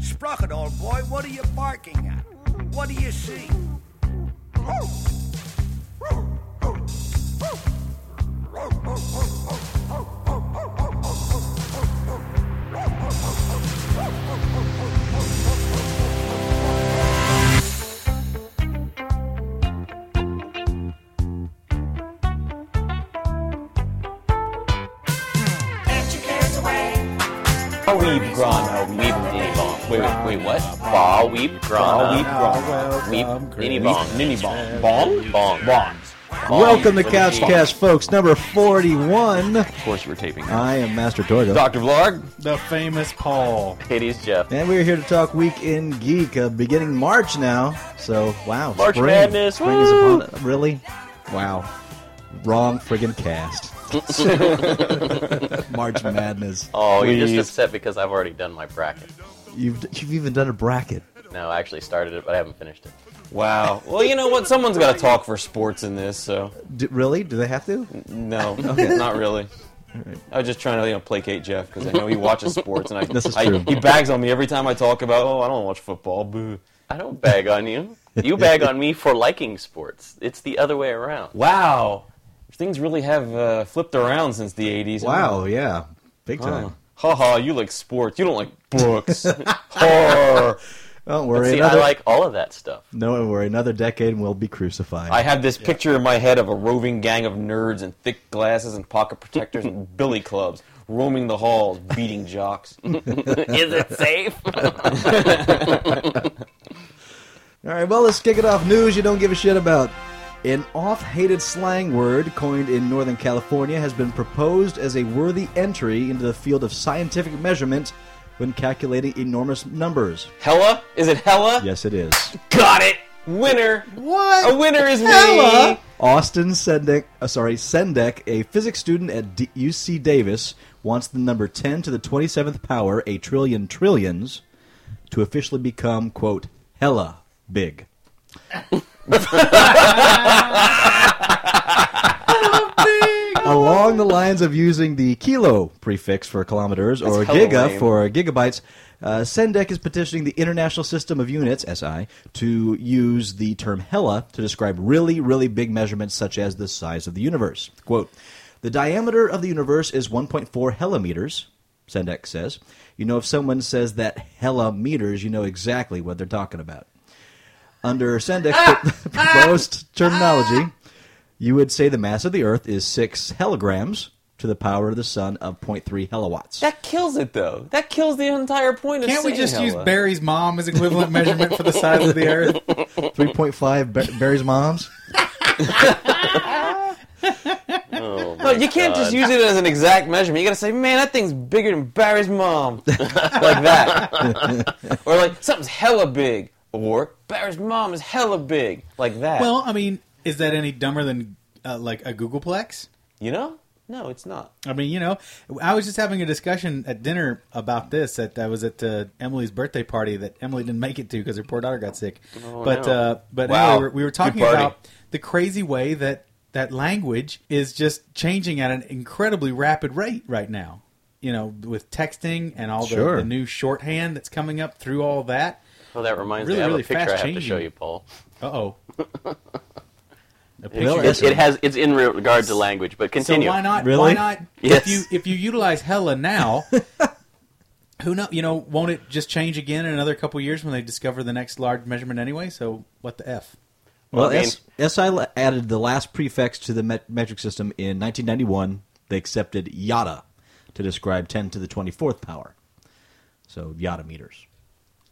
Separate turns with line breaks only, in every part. Sprocket, old boy, what are you barking at? What do you see?
We've grown a weeb ninny bomb. Wait, wait, wait, what? Fall weeb grown a weeb ninny bomb. Ninny bomb. Bomb? Bomb. Bomb.
Welcome to
Bomb.
Couch
Bomb.
Cast, folks. Number forty-one.
Of course, we're taping.
I am Master Torgo,
Dr. Vlog,
The famous Paul.
Katie's Jeff.
and we're here to talk Weekend Geek, uh, beginning March now. So wow,
March
spring.
Madness,
Spring is upon us. Really? Wow. Wrong friggin' cast. March Madness.
Oh, you're
Please.
just upset because I've already done my bracket.
You've you've even done a bracket.
No, I actually started it, but I haven't finished it.
Wow. Well, you know what? Someone's got to talk for sports in this, so
D- really? Do they have to?
no, not really. I was just trying to you know placate Jeff because I know he watches sports, and I,
This is
I-
true.
he bags on me every time I talk about oh I don't watch football. Boo.
I don't bag on you. You bag on me for liking sports. It's the other way around.
Wow, things really have uh, flipped around since the '80s.
Wow. Yeah. Big time.
Huh. Ha ha! You like sports. You don't like books. Horror.
Don't worry.
See, I
another,
like all of that stuff.
No worry. Another decade, and we'll be crucified.
I have this picture in my head of a roving gang of nerds in thick glasses and pocket protectors and billy clubs roaming the halls beating jocks.
Is it safe?
All right, well, let's kick it off. News you don't give a shit about. An oft hated slang word coined in Northern California has been proposed as a worthy entry into the field of scientific measurement when calculating enormous numbers.
Hella? Is it Hella?
Yes, it is.
Got it. Winner.
What?
A winner is me.
Austin Sendek, uh, sorry, Sendek, a physics student at D- UC Davis, wants the number 10 to the 27th power, a trillion trillions, to officially become, quote, hella big. Along the lines of using the kilo prefix for kilometers or
hella
giga
lame.
for gigabytes, uh, Sendek is petitioning the International System of Units (SI) to use the term hella to describe really, really big measurements such as the size of the universe. Quote: "The diameter of the universe is 1.4 hellameters." Sendek says, "You know, if someone says that hella meters, you know exactly what they're talking about." Under Sendek's pro- proposed terminology, you would say the mass of the Earth is six hellograms to the power of the sun of 0.3 helawatts.
That kills it though. That kills the entire point of
Can't we
saying
just use
Hella.
Barry's mom as equivalent measurement for the size of the earth?
3.5 Bar- Barry's moms.
Oh,
No, you can't just use it as an exact measurement. You gotta say, man, that thing's bigger than Barry's mom. like that. or like, something's hella big. Or, Barry's mom is hella big. Like that.
Well, I mean, is that any dumber than uh, like a Googleplex?
you know? No, it's not.
I mean, you know, I was just having a discussion at dinner about this. That I was at uh, Emily's birthday party that Emily didn't make it to because her poor daughter got sick. but
no.
uh, but
Oh, Wow.
anyway, we were- we were
Good
talking
party.
about the crazy way that that language is just changing at an incredibly rapid rate right now. You know, with texting and all the,
Sure.
the new shorthand that's coming up through all that.
Well, that reminds
Really,
me. I have
really
a picture I have
fast
to show
changing.
you, Paul.
Uh oh.
Well,
It, it has. It's in re- regard to language, but
So
continue.
why not?
Really?
Why not?
Yes.
If you if you utilize Hella now, who know? You know, won't it just change again in another couple years when they discover the next large measurement anyway? So what the f?
Well,
I mean-
S- SI la- added the last prefix to the met- metric system in 1991. They accepted yada to describe 10 to the 24th power. So yada meters.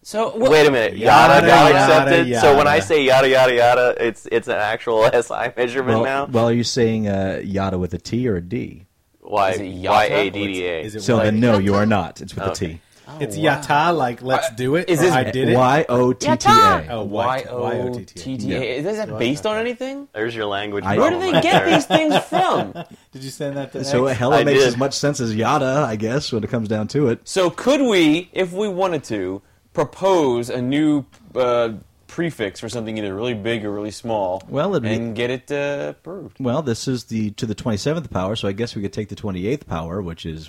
So, wh-
Wait a minute.
Yada,
Yada, got
yada,
accepted. So when I
yada.
say yada yada yada, it's it's an actual SI measurement now.
Well, well, are you saying uh, yada with a T or a D?
Why
Is it yada?
why a d d
Is
a?
it
So
like,
then, no, you are not. It's with a T.
Okay.
Oh,
it's yata like let's do it?
Is
or
this-
I did it?
Y O T T
Oh,
A.
y-
Y O T T
Yeah.
A. Is that based on anything?
There's your language.
I-
Where do
problem
they
right
get
there.
these things from?
Did you send that to?
So
X?
hella
I
makes
did.
as much sense as yada, I guess, when it comes down to it.
So could we, if we wanted to, propose a new uh, prefix for something either really big or really small.
Well, it'd be-
and get it uh, approved.
Well, this is the to the 27th power, so I guess we could take the 28th power, which is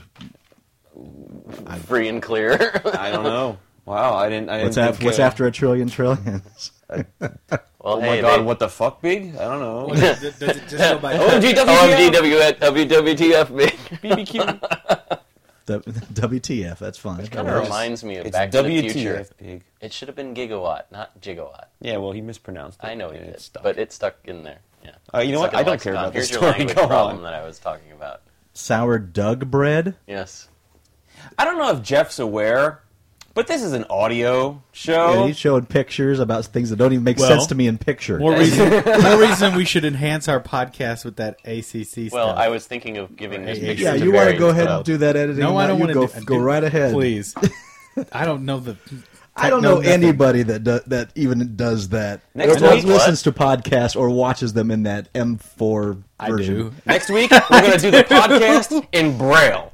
Free and clear.
I don't know. Wow, I didn't. I didn't
what's, af-
think,
what's
uh,
after a trillion trillions.
well,
Oh
hey,
my God!
they-
What the fuck, big? I don't know.
Does it does it just go by?
OMG,
OMGWF, WWTF, man.
BBQ.
W- WTF? That's fine.
Kind of reminds me of
It's
Back to the Future.
WTF, big.
It should have been gigawatt, not gigawatt.
Yeah, well, he mispronounced it.
I know he
and
did,
stuck.
but it stuck in there. Yeah.
Uh, you know what?
Stuck in
I don't care
lexicon.
about this
Here's
story.
your language
Go on.
problem that I was talking about.
Sour Doug bread.
Yes.
I don't know if Jeff's aware, but this is an audio show.
And he's showing pictures about things that don't even make
Well,
sense to me in picture.
More reason, more reason we should enhance our podcast with that ACC
Well,
stuff.
I was thinking of giving this picture.
yeah,
to
you want to
Barry,
go ahead
but-
and do that editing?
no, I don't
You
want
go,
to
go right ahead.
please. I don't know the.
I don't know
nothing.
anybody that do, that even does that.
Next
or
week-
listens to podcasts or watches them in that M4
I
version.
do.
Next week, we're going to do the podcast in Braille.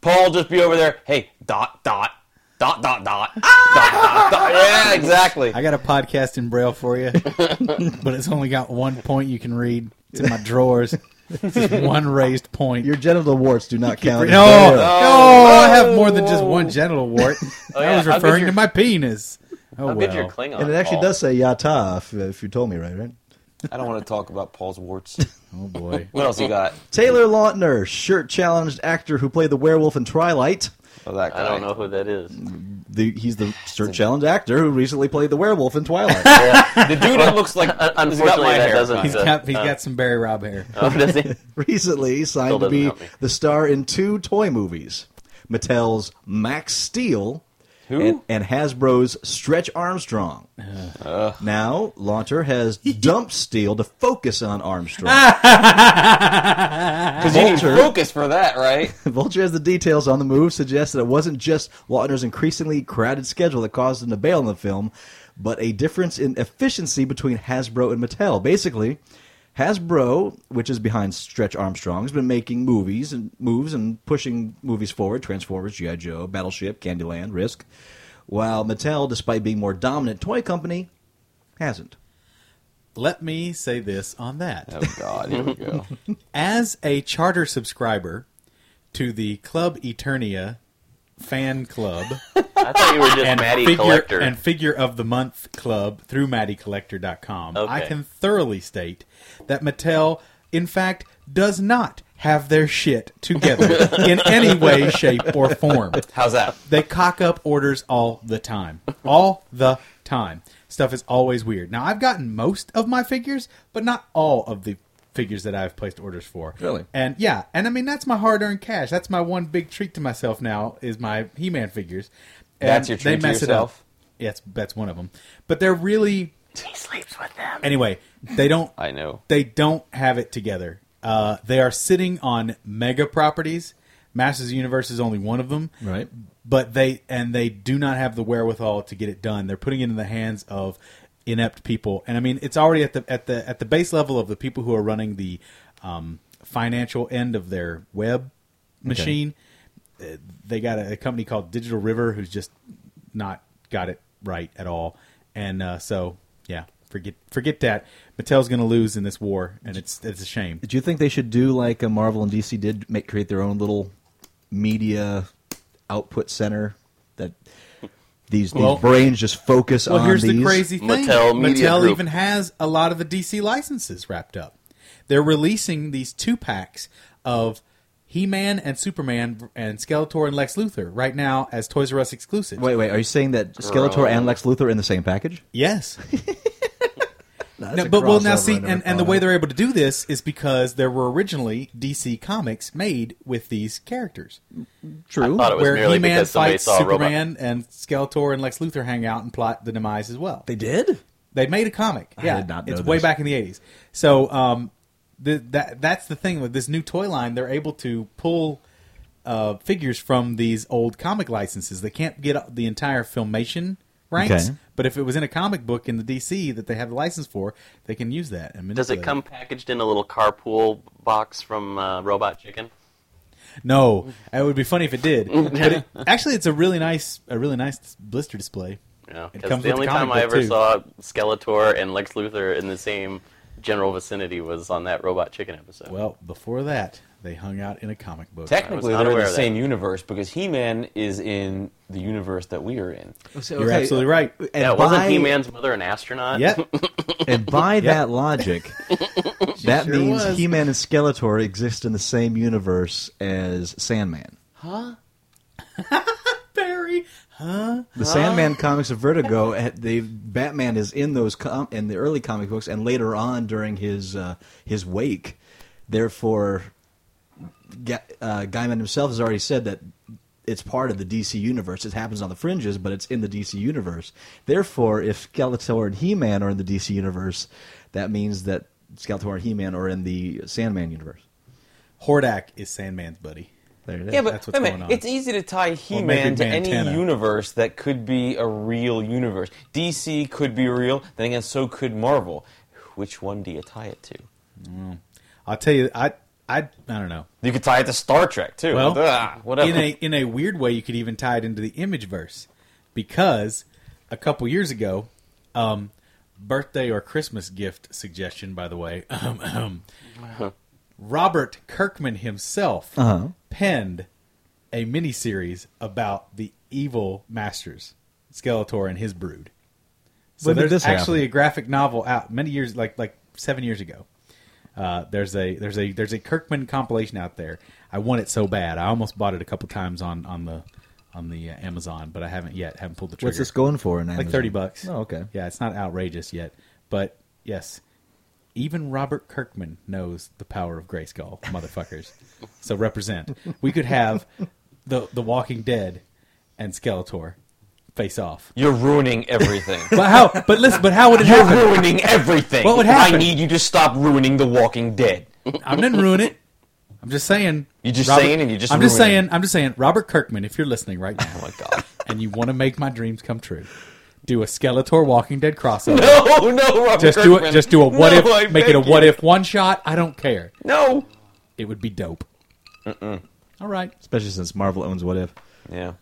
Paul will just be over there. Hey, dot, dot, dot, dot, dot, dot, dot, dot. Yeah, exactly.
I got a podcast in braille for you, but it's only got one point you can read. It's in my drawers. It's just one raised point.
Your genital warts do not count. as
no,
braille.
no, I have more than just one genital wart. I
yeah,
was
I'll get
referring
your-
to my penis.
I'll
Oh well.
get your Klingon.
and it actually
Paul.
does say yata if, if you told me right, right?
I don't want to talk about Paul's warts.
oh boy.
What else you got?
Taylor Lautner, shirt challenged actor who played the werewolf in Twilight.
Oh, that
I
guy.
don't know who that is.
The, he's the shirt challenged actor who recently played the werewolf in Twilight.
The dude who looks like
Unfortunately,
my
that
hair.
doesn't.
He's
uh,
got he's got some Barry Robb hair.
Oh, does he?
recently signed
Still
to
doesn't
be
help me.
the star in two toy movies Mattel's Max Steel And, and Hasbro's Stretch Armstrong. Now, Launter has dumped Steel to focus on Armstrong.
Because you need
Vulture.
focus for that, right?
Vulture has the details on the move, suggests that it wasn't just Lautner's increasingly crowded schedule that caused him to bail on the film, but a difference in efficiency between Hasbro and Mattel. Basically, Hasbro, which is behind Stretch Armstrong, has been making movies and moves and pushing movies forward Transformers, G.I. Joe, Battleship, Candyland, Risk, while Mattel, despite being more dominant toy company, hasn't.
Let me say this on that.
Oh, God, here we go.
as a charter subscriber to the Club Eternia fan club
I thought you were just
and
Maddie
figure
Collector.
and figure of the month club through maddycollector.com, I
Okay.
can thoroughly state that Mattel in fact does not have their shit together in any way shape or form.
How's that?
They cock up orders all the time. All the time. Stuff is always weird. Now, I've gotten most of my figures, but not all of the figures that I've placed orders for.
Really?
And yeah, and I mean that's my hard-earned cash. That's my one big treat to myself now is my He-Man figures. And
That's your treat to yourself?
It up. Yes, that's one of them. But they're really
he sleeps with them.
anyway, they don't
I know.
they don't have it together. Uh, they are sitting on mega properties. Masters of the Universe is only one of them
Right.
but they and they do not have the wherewithal to get it done. They're putting it in the hands of inept people, and I mean it's already at the at the at the base level of the people who are running the um, financial end of their web machine. Uh, They got a, a company called Digital River who's just not got it right at all, and uh, so yeah, forget forget that Mattel's going to lose in this war, and it's it's a shame.
Do you think they should do like a Marvel and DC did, make create their own little media output center that these,
Well-
these brains just focus
Well,
on?
here's the
these?
crazy thing.
Mattel Media
Mattel
Group.
even has a lot of the DC licenses wrapped up. They're releasing these two packs of He-Man and Superman and Skeletor and Lex Luthor right now as Toys R Us exclusives.
Wait, wait. Are you saying that Skeletor and Lex Luthor are in the same package?
Yes. No, but well, now see, and, and the way they're able to do this is because there were originally DC comics made with these characters,
true.
thought it was
where
merely
He-Man
because somebody
fights
saw a robot.
Superman and Skeletor and Lex Luthor hang out and plot the demise as well.
they did.
They made a comic. Yeah,
did not know
it's way
this.
back in the eighties. So um, the, that that's the thing with this new toy line. They're able to pull uh, figures from these old comic licenses. They can't get the entire filmation ranks,
Okay.
but if it was in a comic book in the DC that they have the license for, they can use that. And
Does it
manipulate
come packaged in a little carpool box from uh, Robot Chicken?
No, it would be funny if it did. but it, actually, it's a really nice a really nice blister display.
Yeah,
It
because
comes
the
with
only
the
time
comic
I
book,
ever
too.
saw Skeletor and Lex Luthor in the same general vicinity was on that Robot Chicken episode.
Well, before that, they hung out in a comic book.
was
Technically,
not
they're in
aware
the
of that.
same universe because He-Man is in the universe that we are in.
So,
You're
okay,
absolutely right.
And
yeah, wasn't
by-
He-Man's mother an astronaut?
Yep.
And by that logic, that
sure
means
was.
He-Man and Skeletor exist in the same universe as Sandman.
Barry.
The Sandman comics of Vertigo, had- they Batman is in those com- in the early comic books, and later on during his uh, his wake. Therefore, Ga- uh, Gaiman himself has already said that it's part of the DC universe. It happens on the fringes, but it's in the DC universe. Therefore, if Skeletor and He Man are in the DC universe, that means that Skeletor and He Man are in the Sandman universe.
Hordak is Sandman's buddy.
There it is.
Yeah, but
That's what's
wait a minute.
going on.
It's easy to tie
maybe
He-Man to
Mantana.
any universe that could be a real universe. DC could be real, then again, so could Marvel. Which one do you tie it to?
I'll tell you, I, I, I don't know.
You could tie it to Star Trek too.
Well,
Ah, whatever.
In a in a weird way, you could even tie it into the image verse because a couple years ago, um, birthday or Christmas gift suggestion. By the way, um, um, Robert Kirkman himself
Uh-huh.
penned a miniseries about the evil masters, Skeletor and his brood. So
When did
there's
this happen?
actually a graphic novel out many years, like like seven years ago. Uh, there's a there's a there's a Kirkman compilation out there. I want it so bad. I almost bought it a couple times on on the on the uh, Amazon, but I haven't yet. Haven't pulled the trigger.
What's this going for? In
Like
Amazon?
thirty bucks.
Oh, okay.
Yeah, it's not outrageous yet, but yes, even Robert Kirkman knows the power of Grayskull, motherfuckers. so represent. We could have the the Walking Dead and Skeletor face off.
You're ruining everything.
But how? But listen. But how would it
You're
happen?
ruining everything.
What would happen?
I need you to stop ruining The Walking Dead.
I didn't ruin it. I'm just saying.
You just saying and you just
I'm just
ruined it.
saying. I'm just saying. Robert Kirkman, if you're listening right now,
Oh my god.
and you want to make my dreams come true, do a Skeletor Walking Dead crossover.
No, no, Robert
Just do it.
Kirkman.
Just do a what
No,
if.
I
make it
beg
a what
you.
if one shot. I don't care.
No.
It would be dope. All right.
Especially since Marvel owns What If.
Yeah.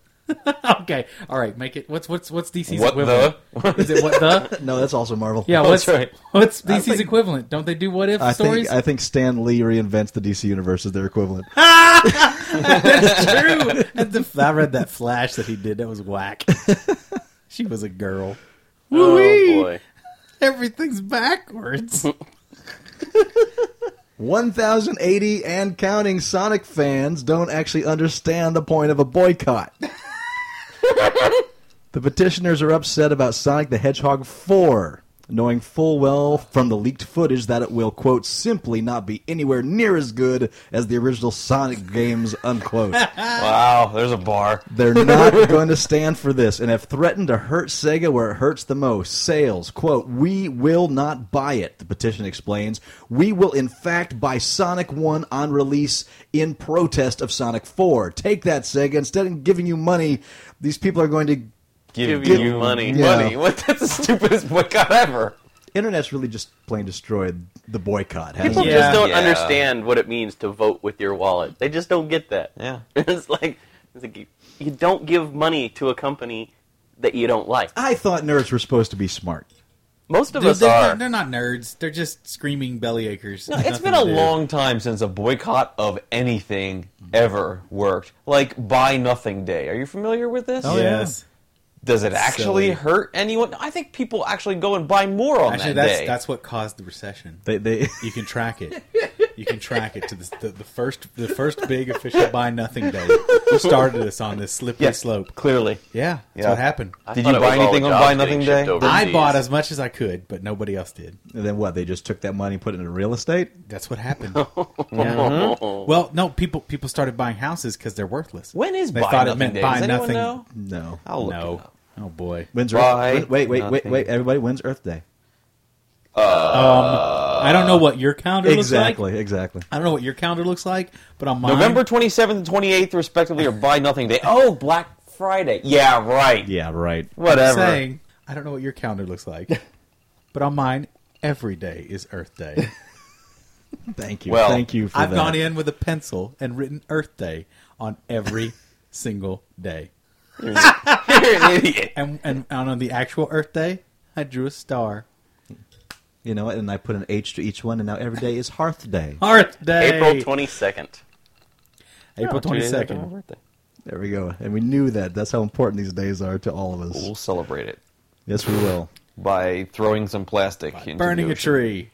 Okay. All right. Make it. What's what's what's DC's
What
equivalent? Is it what the?
No, that's also Marvel.
Yeah. What's
That's right.
what's DC's
think-
equivalent? Don't they do what if
I
stories?
think, I think Stan Lee reinvents the DC universe as their equivalent.
true. At the, I read that flash that he did. That was whack. she was a girl. Woo-wee.
Oh boy.
Everything's backwards.
1,080 and counting Sonic fans don't actually understand the point of a boycott. the petitioners are upset about Sonic the Hedgehog 4, knowing full well from the leaked footage that it will, quote, simply not be anywhere near as good as the original Sonic games, unquote.
Wow. There's a bar.
They're not going to stand for this and have threatened to hurt Sega where it hurts the most. Sales, quote, we will not buy it, the petition explains. We will, in fact, buy Sonic 1 on release in protest of Sonic 4. Take that, Sega. Instead of giving you money, these people are going to.
Give,
Give
you
you money.
Yeah.
Money. What? That's the stupidest boycott ever.
Internet's really just plain destroyed the boycott. hasn't
People
it?
Yeah.
just don't
Yeah.
understand what it means to vote with your wallet. They just don't get that.
Yeah.
it's like, it's like you, you don't give money to a company that you don't like.
I thought nerds were supposed to be smart.
Most of
They're,
us are.
they're, they're not nerds. They're just screaming belly achers.
No, it's been a long time since a boycott of anything ever worked. Like Buy Nothing Day. Are you familiar with this?
Oh, yes.
Does it actually
Silly.
hurt anyone? I think people actually go and buy more on
Actually,
that
that's
day.
that's what caused the recession.
They, they,
You can track it. You can track it to the, the, the first the first big official buy nothing day. Who started us on this slippery slope?
clearly.
Yeah, that's
Yeah.
what happened.
I
Did
thought
you
it
buy
was all
anything on
jobs
Buy Nothing
getting shipped
Day?
overseas.
I bought as much as I could, but nobody else did.
and then what? They just took that money, put it into real estate?
That's what happened. Yeah. Well, no, people people started buying houses because they're worthless.
When is
They
Buy
thought it
Nothing
meant
Day?
buy
Does anyone
nothing.
know?
No.
I'll look it
no,
up.
oh boy.
When's
Why
Earth, wait, wait, wait,
nothing?
wait, everybody. When's Earth Day?
I
Uh,
don't know what your calendar looks like.
Exactly, exactly.
I don't know what your calendar looks like, but on mine,
November 27th and 28th, respectively, are Buy Nothing Day. Oh, Black Friday. Yeah, right.
Yeah, right.
Whatever.
saying I don't know what your calendar looks like, but on mine, every day is Earth Day.
Thank you.
Well,
Thank you for
I've
that.
gone in with a pencil and written Earth Day on every single day.
You're an idiot.
And and on the actual Earth Day, I drew a star.
You know, and I put an H to each one, and now every day is Hearth Day.
Earth Day,
April 22nd.
April
Two
twenty
days after my
second.
birthday.
There we go. And we knew that. That's how important these days are to all of us.
We'll celebrate it
Yes, we will.
by throwing some plastic into
Burning
the
a
ocean.
tree.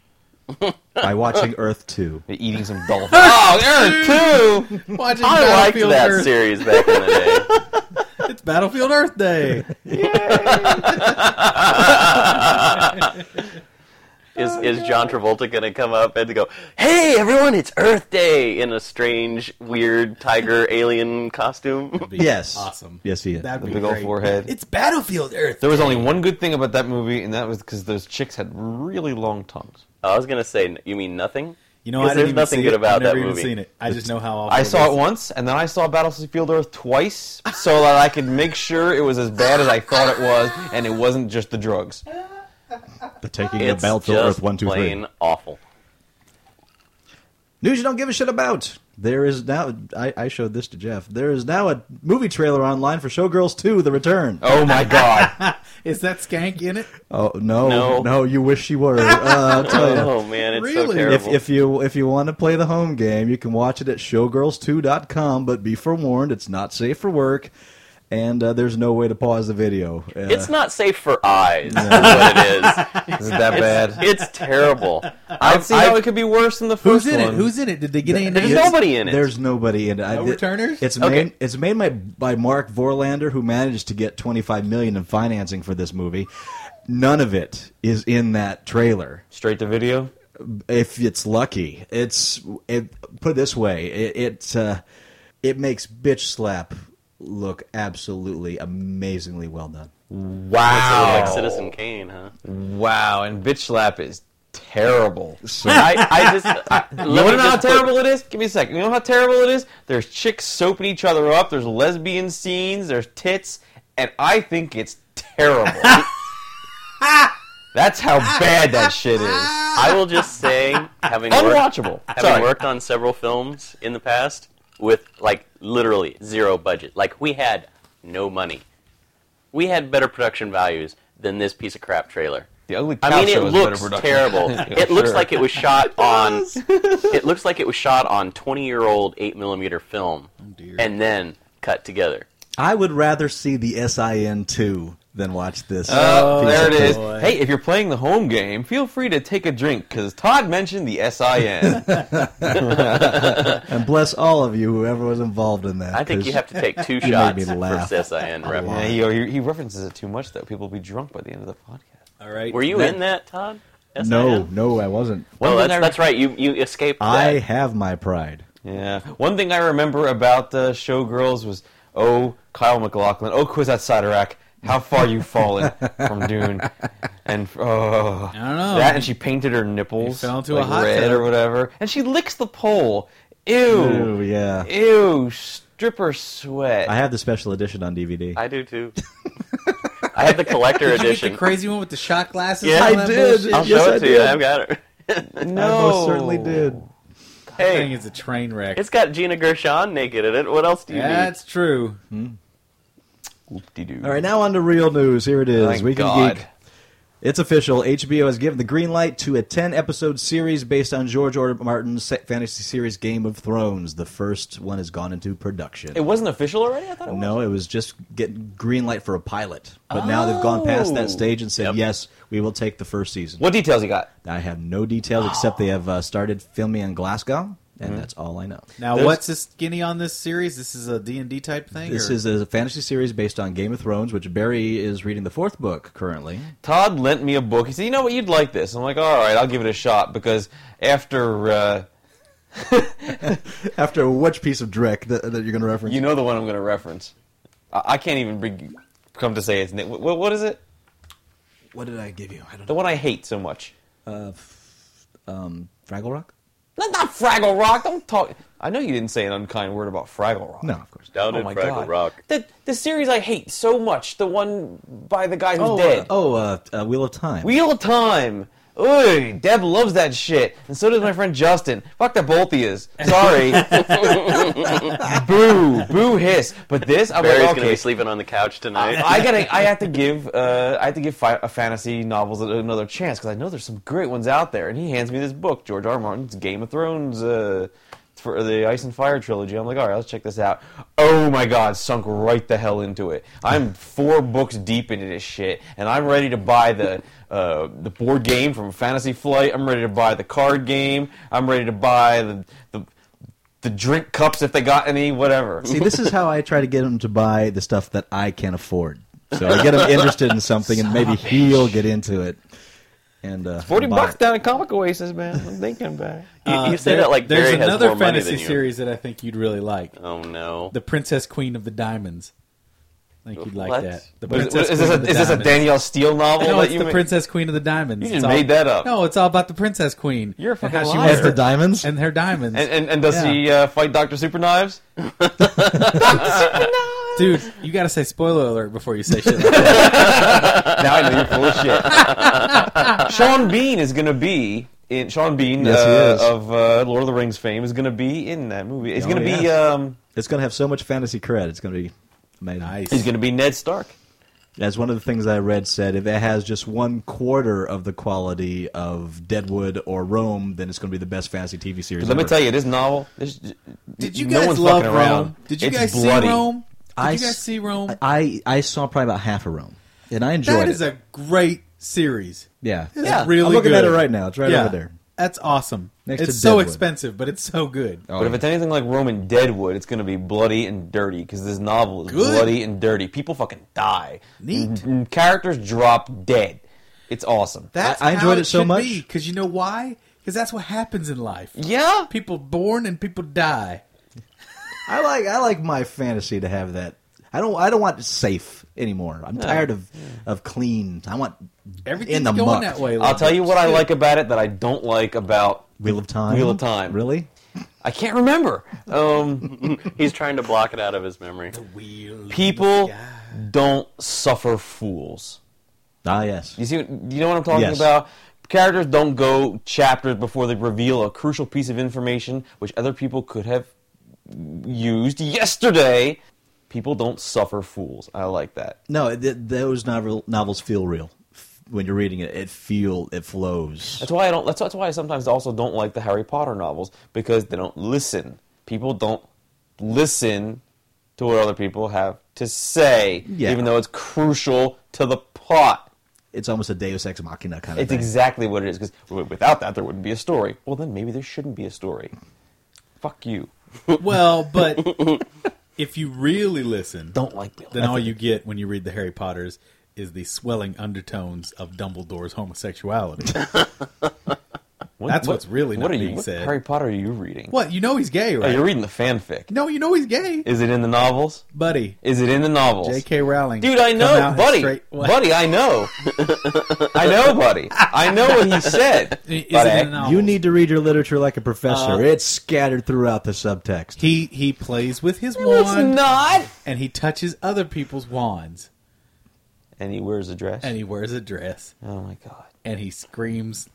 By watching Earth 2.
By Eating some dolphins. oh, Earth 2!
Watching
I liked
Battlefield
that
Earth.
series back in the day.
It's Battlefield Earth Day.
Is,
Oh,
is John Travolta going to come up and go, hey, everyone, it's Earth Day in a strange, weird tiger alien costume?
Yes.
awesome.
Yes, he is.
That'd be
Big old
great.
forehead.
It's Battlefield Earth.
There was only one good thing about that movie, and that was because those chicks had really long tongues.
I was going to say, you mean nothing?
You know,
'Cause
I
there's
didn't even
nothing
see
good
it.
about
I've never
that
even
movie.
seen it. I just know how awful
I saw
was.
it once, and then I saw Battlefield Earth twice, so that I could make sure it was as bad as I thought it was, and it wasn't just the drugs.
They're taking
It's
the Battlefield
just
Earth 1, 2, 3.
plain awful.
News you don't give a shit about. There is now. I, I showed this to Jeff. There is now a movie trailer online for Showgirls 2: The Return.
Oh my god!
Is that skank in it?
Oh, no,
No.
no, You wish she were. Uh, I'll tell you.
Oh, man, it's so
Really?
If,
terrible.
if you if you want to play the home game, you can watch it at showgirls2.com. But be forewarned, it's not safe for work, and uh, there's no way to pause the video. Uh,
it's not safe for eyes, is what it is.
Is it that bad?
It's terrible.
I
I've
don't see how it could be worse than the first
Who's in
one.
it? Who's in it? Did they get any
There's
names?
nobody in it.
There's nobody in it. I-
No
it-
returners?
It's
Okay.
made it's made by, by Mark Vorlander, who managed to get 25 million in financing for this movie. None of it is in that trailer.
straight to video?
If it's lucky, it's it, put it this way. It it, uh, it makes bitch slap look absolutely amazingly well done.
Wow!
like Citizen Kane, huh?
Wow! And bitch slap is terrible.
I, I just. I,
You
let
want
me
to know how
just put-
terrible it is? Give me a second. You know how terrible it is? There's chicks soaping each other up. There's lesbian scenes. There's tits, and I think it's terrible. That's how bad that shit is.
I will just say, having worked,
Unwatchable.
having
Sorry.
worked on several films in the past with like literally zero budget, like we had no money. We had better production values than this piece of crap trailer.
The ugly cow
I mean, it
show is better
looks
production.
terrible. it looks
sure.
like it was shot on. it looks like it was shot on twenty-year-old eight millimeter film, and then cut together.
I would rather see the SIN two than watch this.
Oh,
piece
there
of
it is.
boy.
Hey, if you're playing the home game, feel free to take a drink because Todd mentioned the SIN.
And bless all of you, whoever was involved in that.
I think
'cause
you have to take two
me
shots
laugh
for SIN
yeah,
reference.
he, he, he references it too much, though. People will be drunk by the end of the podcast.
All right.
Were you
Then-
in that, Todd? SIN?
No, no, I wasn't.
Well,
When did
that's,
I-
Oh, that's right. You you escaped.
I
that.
have my pride.
Yeah. One thing I remember about the Showgirls was, oh, Kyle McLaughlin, oh, Quiz Outside Iraq, how far you've fallen from Dune. And, oh.
I don't know.
That, and she painted her nipples.
You fell into a
like,
hot
red
tub.
or whatever. And she licks the pole. Ew.
Ooh, yeah.
Ew, stripper sweat.
I have the special edition on DVD.
I do too. I have the collector
Did you get
edition.
the crazy one with the shot glasses?
Yeah,
and all
I
that
did.
bullshit?
I'll
Yes,
show it
I
to you.
did.
I've got it.
no.
I most certainly did.
That thing
hey,
is a train wreck.
it's got Gina Gershon naked in it. What else do you
That's true.
Whoop-de-doo.
All right, now on to real news. Here it is.
Thank
Weekend
God.
Geek. It's official. HBO has given the green light to a 10 episode series based on George R. R. Martin's sa- fantasy series Game of Thrones. The first one has gone into production.
It wasn't official already? I thought it was.
no, it was just getting green light for a pilot. But now they've gone past that stage and said,
Yep.
yes, we will take the first season.
Oh. What details you got?
I have no details except they have uh, started filming in Glasgow, and
Mm-hmm.
that's all I know.
Now,
There's-
what's the skinny on this series? This is a D&D type thing?
This
or-
is a fantasy series based on Game of Thrones, which Barry is reading the fourth book currently.
Todd lent me a book. He said, "You know what? You'd like this." I'm like, "All right, I'll give it a shot." Because after uh,
After which piece of dreck that, that you're going to reference?
you know the one I'm going to reference, I-, I can't even bring- come to say its name. Wh- wh- what is it?
what did I give you? I don't
The
know.
one I hate so much.
Fraggle Rock?
Not, not Fraggle Rock. Don't talk. I know you didn't say an unkind word about Fraggle Rock.
No, of course.
mean? Doubted
Oh my
Fraggle
god.
Rock.
The the series I hate so much. The one by the guy who's
Oh,
dead.
uh, oh, uh, uh, Wheel of Time.
Wheel of Time. Ooh, Deb loves that shit, and so does my friend Justin. Fuck the both of yous. Sorry. boo, boo, hiss. But this, I'm
Barry's
like,
gonna
okay,
be sleeping on the couch tonight.
I gotta, I have to give, uh, I have to give fi- uh, fantasy novels a- another chance because I know there's some great ones out there. And he hands me this book, George R. R. Martin's Game of Thrones, uh, for the Ice and Fire trilogy. I'm like, all right, let's check this out. Oh my God, sunk right the hell into it. I'm four books deep into this shit, and I'm ready to buy the. Uh, the board game from Fantasy Flight. I'm ready to buy the card game. I'm ready to buy the the, the drink cups if they got any. Whatever.
See, this is how I try to get him to buy the stuff that I can afford. So I get him interested in something, and maybe he'll get into it. And uh,
Forty
buy
bucks
it.
down at Comic Oasis, man. I'm thinking back.
you, you say
There-
that like
there's
Barry has
another
more money
fantasy
than you.
series that I think you'd really like,
Oh no.
the Princess Queen of the Diamonds. I think you'd like
What?
that. The
What is-
Princess
what is, this
Queen
a,
of the
is this a
Diamonds.
Danielle Steele novel?
No,
that
it's
you
the
ma-
Princess Queen of the Diamonds.
You
It's
just
all-
made that up.
No, it's all about the Princess Queen.
You're a
and
fucking
how she
liar.
wants
Has
to
the diamonds?
and her diamonds.
And, and, and does
Yeah.
he uh, fight Doctor Super Knives?
Dude, you got to say spoiler alert before you say shit like that.
now I know you're full of shit. Sean Bean is gonna be in Sean Bean
Yes, he
uh,
is.
of uh, Lord of the Rings fame is gonna be in that movie. He's
Oh,
gonna be
yes.
um,
It's going to have so much fantasy cred. It's going to be amazing.
he's
nice.
gonna be Ned Stark.
As one of the things I read said, if it has just one quarter of the quality of Deadwood or Rome, then it's going to be the best fantasy TV series.
Let me
ever.
tell you, this novel. This,
Did you
no
guys
one's
love
fucking around.
Rome? Did you
It's
guys
bloody.
see Rome? Did
I
you guys
s-
see Rome?
I I saw probably about half of Rome, and I enjoyed
that is
it.
a great series.
yeah,
It's
Yeah.
really
I'm looking at
good.
it right now. It's right over there.
That's awesome.
Next
it's
to
so
Deadwood.
expensive, but it's so good.
Oh,
But if
yeah.
it's anything like Roman Deadwood, it's going to be bloody and dirty because this novel is
Good.
bloody and dirty. People fucking die.
Neat.
Mm, mm, characters drop dead. It's awesome.
That's
I- I enjoyed it so much.
because you know why? Because that's what happens in life.
yeah.
People born and people die.
I like I like my fantasy to have that. I don't I don't want safe anymore. I'm tired of of clean. I want
Everything's
in the
going
muck.
that way.
I'll tell you what I like about it that I don't like about.
Wheel of Time.
Wheel of Time.
Really?
I can't remember. Um,
He's trying to block it out of his memory.
people don't suffer fools.
Ah, yes.
You see, what- you know what I'm talking
Yes.
about. Characters don't go chapters before they reveal a crucial piece of information which other people could have used yesterday. People don't suffer fools. I like that.
No, th- those novel novels feel real F- when you're reading it. It feel it flows.
That's why I don't. That's, that's why I sometimes also don't like the Harry Potter novels because they don't listen. People don't listen to what other people have to say,
Yeah.
even though it's crucial to the plot.
It's almost a Deus ex machina kind of
It's
thing.
exactly what it is because without that, there wouldn't be a story. Well, then maybe there shouldn't be a story. Fuck you.
Well, but if you really listen,
Don't like Bill.
then all you get when you read the Harry Potters is the swelling undertones of Dumbledore's homosexuality.
What-
That's
what-
what's really
what
not
are you,
being
what
said.
Harry Potter are you reading?
what you know he's gay,
Oh,
right?
you're reading the fanfic.
no, you know he's gay,
Is it in the novels?
buddy.
Is it in the novels?
J.K. Rowling,
Dude, I
come
know,
out
buddy.
as straight- What?
Buddy, I know. I know, buddy. I know what he said. eh,
Is it
buddy.
in the novels?
You need to read your literature like a professor. it's scattered throughout the subtext.
He he plays with his
it's
wand
not.
and he touches other people's wands
And he wears a dress.
and he wears a dress
oh my god.
and he screams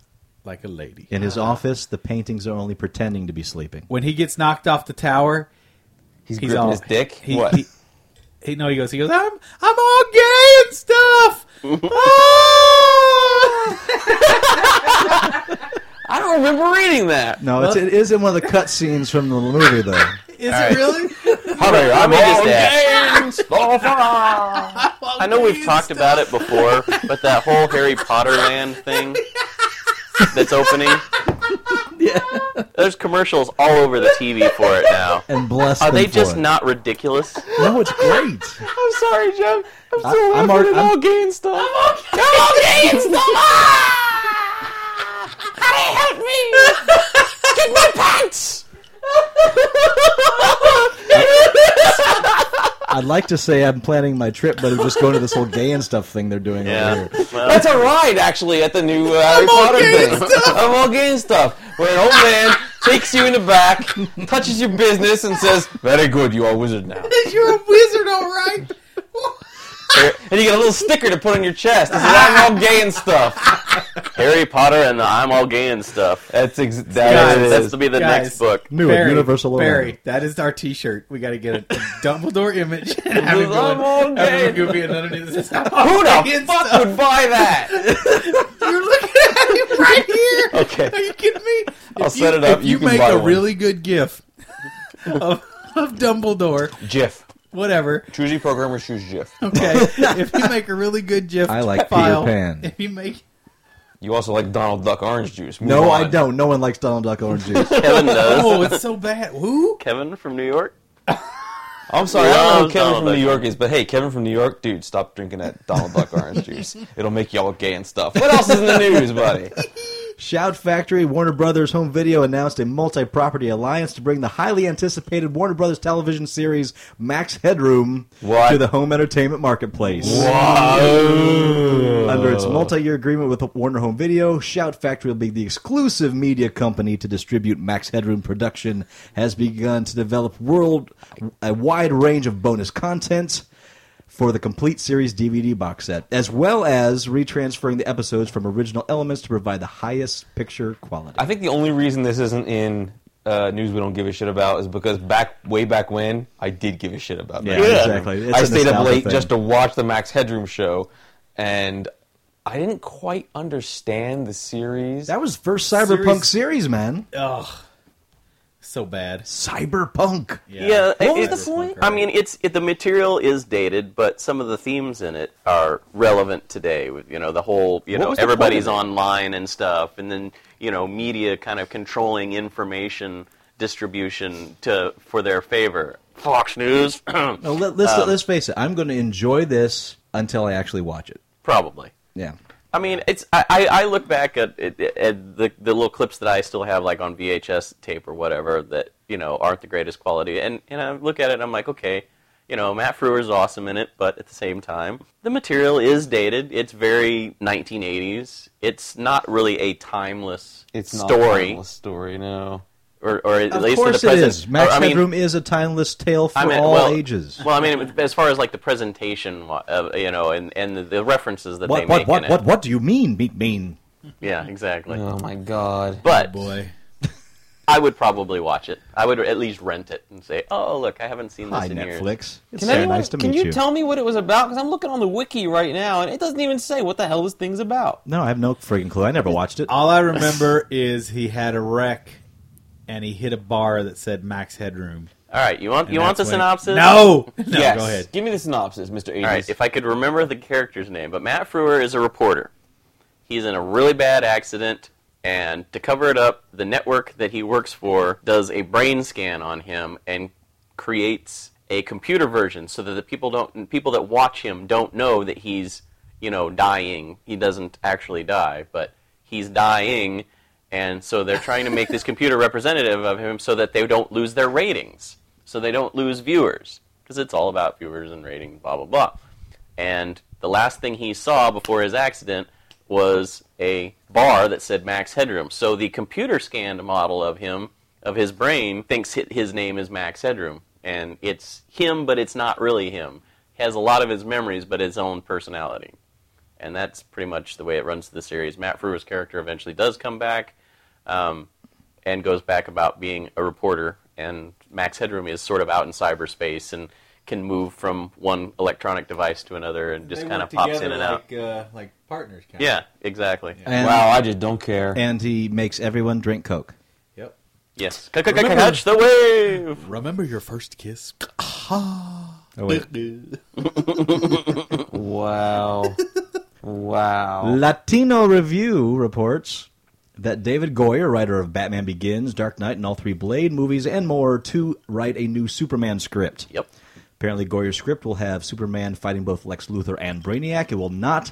like a lady.
In his office, the paintings are only pretending to be sleeping.
When he gets knocked off the tower,
He's,
he's
gripping
all
his dick.
He,
what?
He, he, no, he goes. He goes. I'm I'm all gay and stuff. Ah!
I don't remember reading that.
No, it's, it is in one of the cut scenes from the movie, though.
Is it really?
How are you? I'm all
I know we've talked about it before, but that whole Harry Potter land thing that's opening. Yeah. There's commercials all over the TV for it now.
And bless
Are
them
they
for
just
it.
not ridiculous?
No, it's great.
I'm sorry, Jim. I'm still
I- I'm
laughing
already-
at
I'm-
all gay and stuff. I'm all gay and stuff. Ah! Honey, help me. Get my pants.
I'd like to say I'm planning my trip, but I'm just going to this whole gay and stuff thing they're doing
Yeah.
over here.
Well,
That's a ride, actually, at the new uh, Harry Potter thing. I'm all gay and stuff. Where an old man takes you in the back, touches your business, and says, "Very good, you are a wizard now."
You're a wizard, all right.
and you get a little sticker to put on your chest. This is I'm all gay and stuff.
Harry Potter and the I'm all gay and stuff.
That's ex-
Guys,
that is.
that's to be the
Guys,
next book.
New and universal around.
Barry, that is our T-shirt. We got to get a, a Dumbledore image and have him
I'm
going,
all
have him
gay.
goofy and underneath this. Who
Who the fuck would buy that?
You're looking at him right here.
Okay.
Are you kidding me?
I'll
If
set
you-
it up.
If
You
you,
can
make
buy
a
one.
really good GIF of, of Dumbledore,
GIF.
whatever.
Choose your programmer, choose GIF.
Okay, if you make a really good GIF,
I like Peter
file,
Pan.
If you make
You also like Donald Duck orange juice. Move
No, I
on.
don't. No one likes Donald Duck orange juice.
Kevin does.
oh, it's so bad. Who?
Kevin from New York.
I'm sorry, I don't know who
Love
Kevin
Donald
from
Duck.
New York is, but hey, Kevin from New York, dude, stop drinking that Donald Duck orange juice. It'll make y'all gay and stuff. What else is in the news, buddy?
Shout Factory, Warner Brothers Home Video announced a multi property alliance to bring the highly anticipated Warner Brothers television series Max Headroom
What?
to the home entertainment marketplace. Under its multi year agreement with Warner Home Video, Shout Factory will be the exclusive media company to distribute Max Headroom production, has begun to develop world a wide range of bonus content for the complete series DVD box set, as well as retransferring the episodes from original elements to provide the highest picture quality.
I think the only reason this isn't in uh, news we don't give a shit about is because back way back when I did give a shit about
Yeah,
Max Headroom.
exactly. It's
I
a
stayed up
nostalgia
late
thing.
just to watch the Max Headroom show, and I didn't quite understand the series.
That was first cyberpunk
Series-
series, man.
Ugh, so bad.
Cyberpunk.
Yeah,
What was
it-
the
it-
point?
I mean, it's it, the material is dated, but some of the themes in it are relevant today. With you know the whole you
What
know
was the point
everybody's
of it?
online and stuff, and then you know media kind of controlling information distribution to for their favor. Fox News,
Now, let, let's, let's face it, I'm going to enjoy this until I actually watch it.
probably.
Yeah.
I mean, it's I, I I look back at, at, at the the little clips that I still have, like on VHS tape or whatever, that you know aren't the greatest quality, and and I look at it, and I'm like, okay, you know, Matt Frewer's awesome in it, but at the same time, the material is dated. It's very 1980s. It's not really a timeless
it's not
story,
a story. No,
or or at
Of
least in the
course it
present.
is. Max
or, I mean,
Headroom is a timeless tale for
I mean,
all
well,
ages.
Well, I mean, as far as like the presentation, uh, you know, and and the- the references that they
what
make
what what,
in
what
it.
what do you mean? Mean mean?
Yeah, exactly.
oh my god.
But
boy.
I would probably watch it. I would at least rent it and say, "Oh, look, I haven't seen this
Hi
in years."
Netflix. It's
Can
so
anyone?
nice to
can
meet
you,
you.
tell me what it was about? Because I'm looking on the wiki right now, and it doesn't even say what the hell this thing's about.
no, I have no friggin' clue. I never watched it.
All I remember is he had a wreck and he hit a bar that said Max Headroom.
All right, you want
And
you want the
that's when-
synopsis?
No. No,
yes.
go ahead.
Give me the synopsis, Mr. Ages.
All right, if I could remember the character's name, but Matt Frewer is a reporter. He's in a really bad accident, and to cover it up, the network that he works for does a brain scan on him and creates a computer version so that the people don't people that watch him don't know that he's you know dying. He doesn't actually die, but he's dying, and so they're trying to make this computer representative of him so that they don't lose their ratings, so they don't lose viewers, because it's all about viewers and ratings, blah blah blah. And the last thing he saw before his accident was a bar that said Max Headroom. So the computer scanned model of him, of his brain, thinks hi- his name is Max Headroom. And it's him, but it's not really him. He has a lot of his memories, but his own personality. And that's pretty much the way it runs through the series. Matt Frewer's character eventually does come back um, and goes back about being a reporter. And Max Headroom is sort of out in cyberspace and can move from one electronic device to another and just kind of pops in and out.
Uh, like uh, partners. Kind
Yeah, exactly.
And,
wow, I just don't care.
and he makes everyone drink Coke.
Yep.
Yes. C- c- c- Catch the wave.
Remember your first kiss?
Oh, wait.
Wow. wow.
Latino Review reports that David Goyer, writer of Batman Begins, Dark Knight, and all three Blade movies and more, to write a new Superman script.
Yep.
Apparently, Goyer's script will have Superman fighting both Lex Luthor and Brainiac. It will not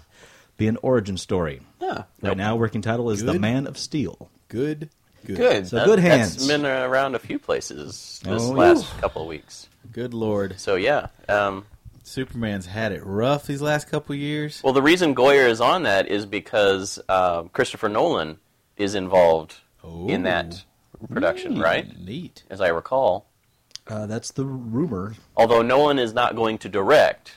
be an origin story.
Yeah.
Right now, working title is The
Good.
Man of Steel.
Good. Good.
Good.
So good
That's
hands.
been around a few places this
Oh,
last couple of weeks.
Good lord.
So yeah. Um,
Superman's had it rough these last couple years.
well, the reason Goyer is on that is because uh, Christopher Nolan is involved
Oh.
in that production,
Hmm.
right?
Neat.
As I recall.
Uh, that's the rumor.
Although Nolan is not going to direct,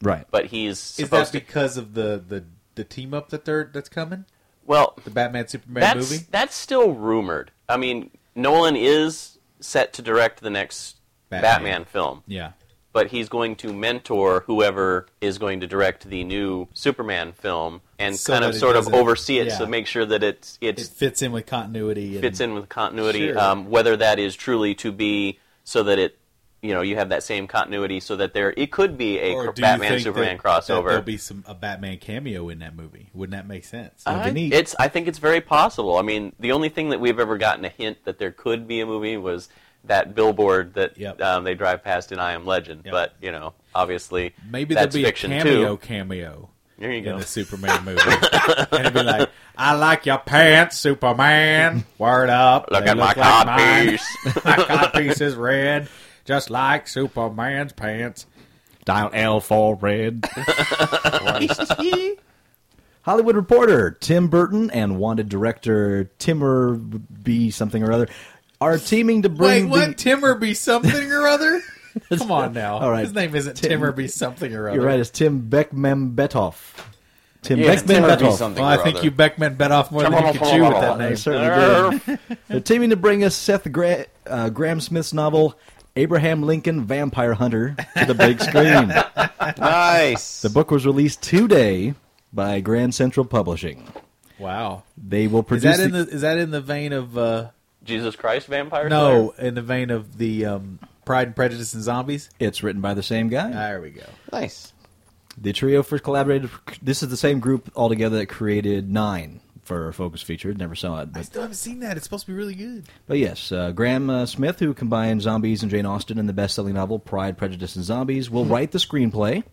Right.
But he's
Is
supposed
that
to.
because of the, the, the team up that they're that's coming?
Well,
The Batman Superman
that's
movie?
that's still rumored. I mean, Nolan is set to direct the next
Batman.
Batman, film,
Yeah.
but he's going to mentor whoever is going to direct the new Superman film and
So
kind of
that it
sort of
doesn't-
oversee it
yeah.
to make sure that it's
It
it's
fits in with continuity. And,
fits in with continuity.
Sure.
Um, whether that is truly to be so that it, you know, you have that same continuity, so that there it could be a
Or
cr-
do you
Batman
think
Superman
that- that
crossover.
therell be some a Batman cameo in that movie. Wouldn't that make sense?
That'd be
I-
neat.
It's I think it's very possible. I mean, the only thing that we've ever gotten a hint that there could be a movie was that billboard that
Yep.
um, they drive past in I Am Legend.
Yep.
But you know, obviously,
Maybe
that's
there'll be a
fiction
cameo
too.
cameo
There you
in
go.
the Superman movie. and it'd be like, I like your pants, Superman. Word up.
Look
They
at my
like mine.
codpiece.
my codpiece is red, just like Superman's pants. Dial L for red.
Hollywood reporter Tim Burton and wanted director Timmer B something or other are teaming to
Wait,
bring
what?
the.
Timmerby something or other? Come on now.
All right.
His name isn't
Tim-
Timmerby something or other.
You're right. It's Tim Beckmambetoff. Tim
Yeah, it's Timothy
Beckmambetoff.
something
Well, I
or
think
other.
you Beckman bet off more than you could chew with that
They
name.
certainly did. They're teaming to bring us Seth Gra- uh, Graham Smith's novel Abraham Lincoln Vampire Hunter to the big screen.
Nice.
the book was released today by Grand Central Publishing.
Wow.
They will
Is
produce
that in the is that in the vein of uh
Jesus Christ, vampire.
no, in the vein of the um Pride and Prejudice and Zombies? Ah,
It's written by the same guy.
There we go.
nice.
The trio first collaborated. This is the same group altogether that created Nine for Focus Feature. Never saw it,
I
but,
still haven't seen that. It's supposed to be really good.
but yes, uh, Graham uh, Smith, who combined zombies and Jane Austen in the best-selling novel Pride, Prejudice, and Zombies, will write the screenplay.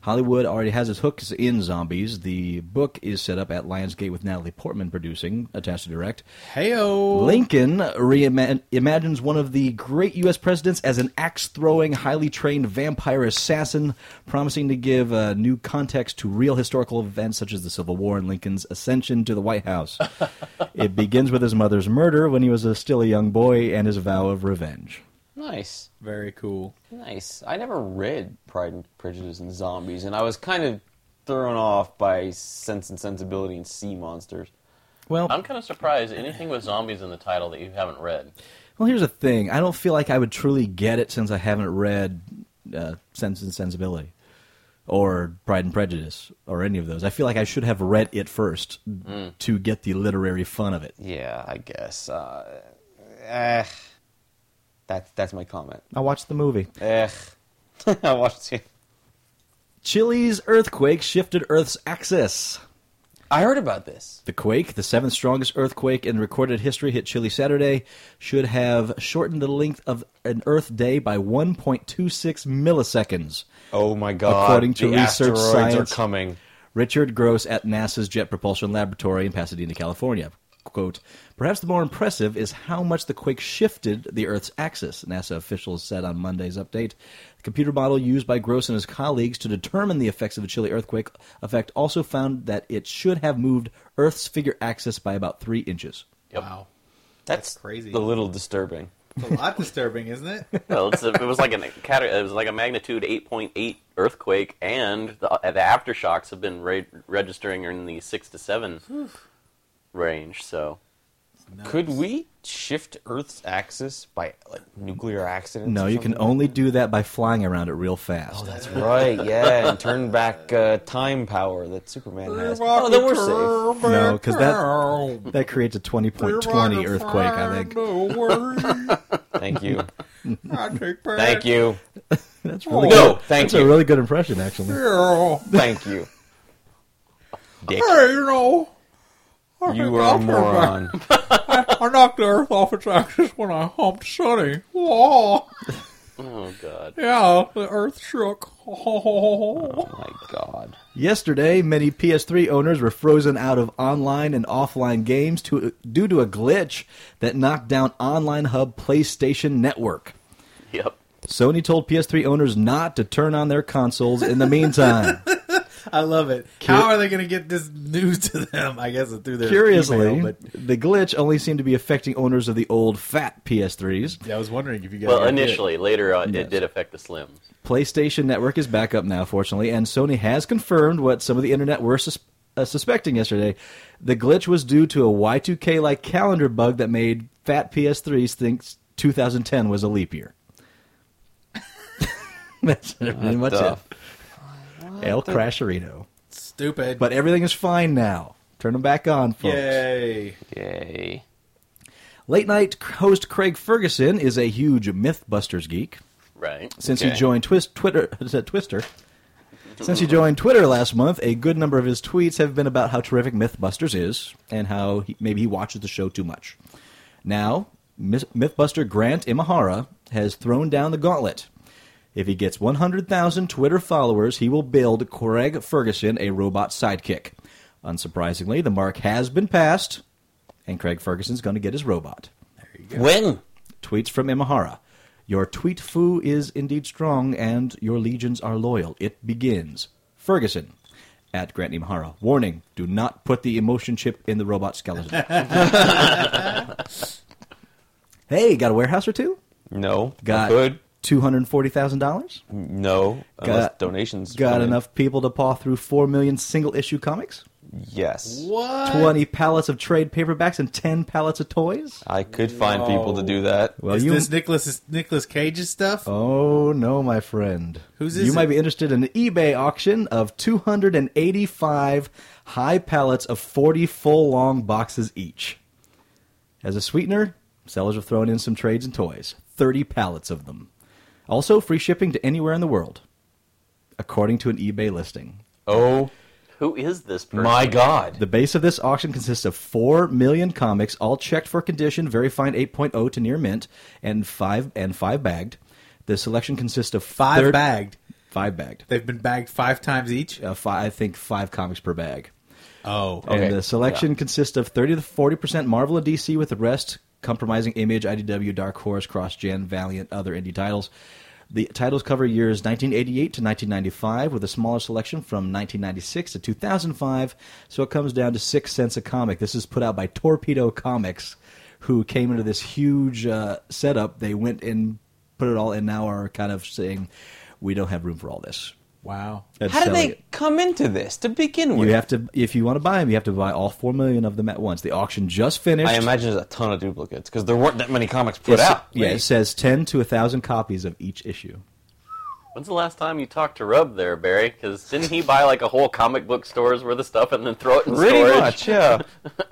Hollywood already has its hooks in zombies. The book is set up at Lionsgate with Natalie Portman producing, attached to direct.
Heyo.
Lincoln reimagines one of the great U.S. presidents as an axe throwing, highly trained vampire assassin, promising to give uh, new context to real historical events such as the Civil War and Lincoln's ascension to the White House. it begins with his mother's murder when he was a, still a young boy and his vow of revenge.
Nice.
Very cool.
Nice. I never read Pride and Prejudice and Zombies, and I was kind of thrown off by Sense and Sensibility and Sea Monsters.
Well,
I'm kind of surprised anything with zombies in the title that you haven't read.
well, here's the thing: I don't feel like I would truly get it since I haven't read uh, *Sense and Sensibility* or *Pride and Prejudice* or any of those. I feel like I should have read it first
Mm.
to get the literary fun of it.
Yeah, I guess. Uh, eh. That's that's my comment.
I watched the movie.
Eh. I watched it.
Chile's earthquake shifted Earth's axis.
I heard about this.
The quake, the seventh strongest earthquake in recorded history, hit Chile Saturday, should have shortened the length of an Earth day by 1.26 milliseconds.
Oh my god!
According to
the
research
asteroids
science-
are coming.
Richard Gross at NASA's Jet Propulsion Laboratory in Pasadena, California. Quote, perhaps the more impressive is how much the quake shifted the Earth's axis, NASA officials said on Monday's update. The computer model used by Gross and his colleagues to determine the effects of the Chile earthquake effect also found that it should have moved Earth's figure axis by about three inches.
Yep.
Wow.
That's,
crazy.
A little disturbing.
It's a lot disturbing, isn't it?
Well, it's a, it was like an cate- it was like a magnitude 8.8 earthquake, and the, the aftershocks have been re- registering in the six to seven range. So
Could we shift Earth's axis by like nuclear accidents?
No,
or
you can
something? Oh,
only do that by flying around it real fast.
That's right. Yeah, and turn back uh, time power that Superman has. Oh, then we're safe.
No, 'cause that creates a 20.20 earthquake, I think.
Thank you.
think.
Thank you.
That's really good.
No, thank
That's a
you.
really good impression, actually.
Thank you. Dick.
you know, I
You
think
are
I'll
a
turn
moron.
back- I knocked the earth off its axis when I humped Sonny. Whoa.
Oh God!
Yeah, the earth shook.
My God.
Yesterday, many PS3 owners were frozen out of online and offline games to, due to a glitch that knocked down Online Hub PlayStation Network.
Yep.
Sony told PS3 owners not to turn on their consoles in the meantime.
I love it. How are they going to get this news to them? I guess through their
Curiously,
email, but
the glitch only seemed to be affecting owners of the old fat PS3s.
yeah, I was wondering if you guys.
Well,
were good.
initially, later on,
Yes.
it did affect the Slims.
PlayStation Network is back up now, fortunately, and Sony has confirmed what some of the internet were sus- uh, suspecting yesterday. The glitch was due to a Y2K like calendar bug that made fat PS3s think 2010 was a leap year. That's pretty much it. El Crasherito.
stupid.
But everything is fine now. Turn them back on, folks.
yay!
Yay.
Late night host Craig Ferguson is a huge Mythbusters geek.
Right.
Since he
Okay.
joined Twist Twitter, is that Twister? Since he joined Twitter last month, a good number of his tweets have been about how terrific MythBusters is and how he, maybe he watches the show too much. Now, Myth- MythBuster Grant Imahara has thrown down the gauntlet. If he gets 100,000 Twitter followers, he will build Craig Ferguson a robot sidekick. Unsurprisingly, the mark has been passed, and Craig Ferguson's going to get his robot.
When?
Tweets from Imahara. Your tweet foo is indeed strong, and your legions are loyal. It begins. Ferguson at Grant Imahara. Warning: Do not put the emotion chip in the robot skeleton. hey, got a warehouse or two?
No.
Got
Good.
two hundred forty thousand dollars.
No. Unless
Got
donations.
Got
come in.
enough people to paw through four million single issue comics,
Yes.
What?
twenty pallets of trade paperbacks, and ten pallets of toys.
I could find people to do that.
Well,
is
you.
this Nicholas Nicholas Cage's stuff?
Oh no, my friend.
Whose is
You might
it?
be interested in an eBay auction of 285 high pallets of 40 full long boxes each. As a sweetener, sellers have thrown in some trades and toys. 30 pallets of them. Also free shipping to anywhere in the world, according to an eBay listing.
Oh
Who is this person?
my God.
The base of this auction consists of 4 million comics, all checked for condition, very fine 8.0 to near mint, and 5 and 5 bagged. The selection consists of
Five
third-
bagged.
Five bagged.
They've been bagged five times each.
uh, fi I think five comics per bag.
Oh,
Okay.
And the selection consists of 30 to 40% Marvel and DC, with the rest comprising Image, IDW, Dark Horse, Cross Gen, Valiant, other indie titles. The titles cover years 1988 to 1995, with a smaller selection from 1996 to 2005. So it comes down to six cents a comic. This is put out by Torpedo Comics, who came into this huge uh, setup. They went and put it all, and now are kind of saying, "We don't have room for all this."
wow.
And
How did
selling
they
it.
come into this to begin with?
You have to, if you want to buy them, you have to buy all four million of them at once. The auction just finished.
I imagine there's a ton of duplicates because there weren't that many comics put
It's-
out.
Yeah,
Wait.
it says ten to thousand copies of each issue.
When's the last time you talked to Rub there, Barry? Because didn't he buy like a whole comic book store's worth of stuff and then throw it in
Pretty
storage?
much, yeah.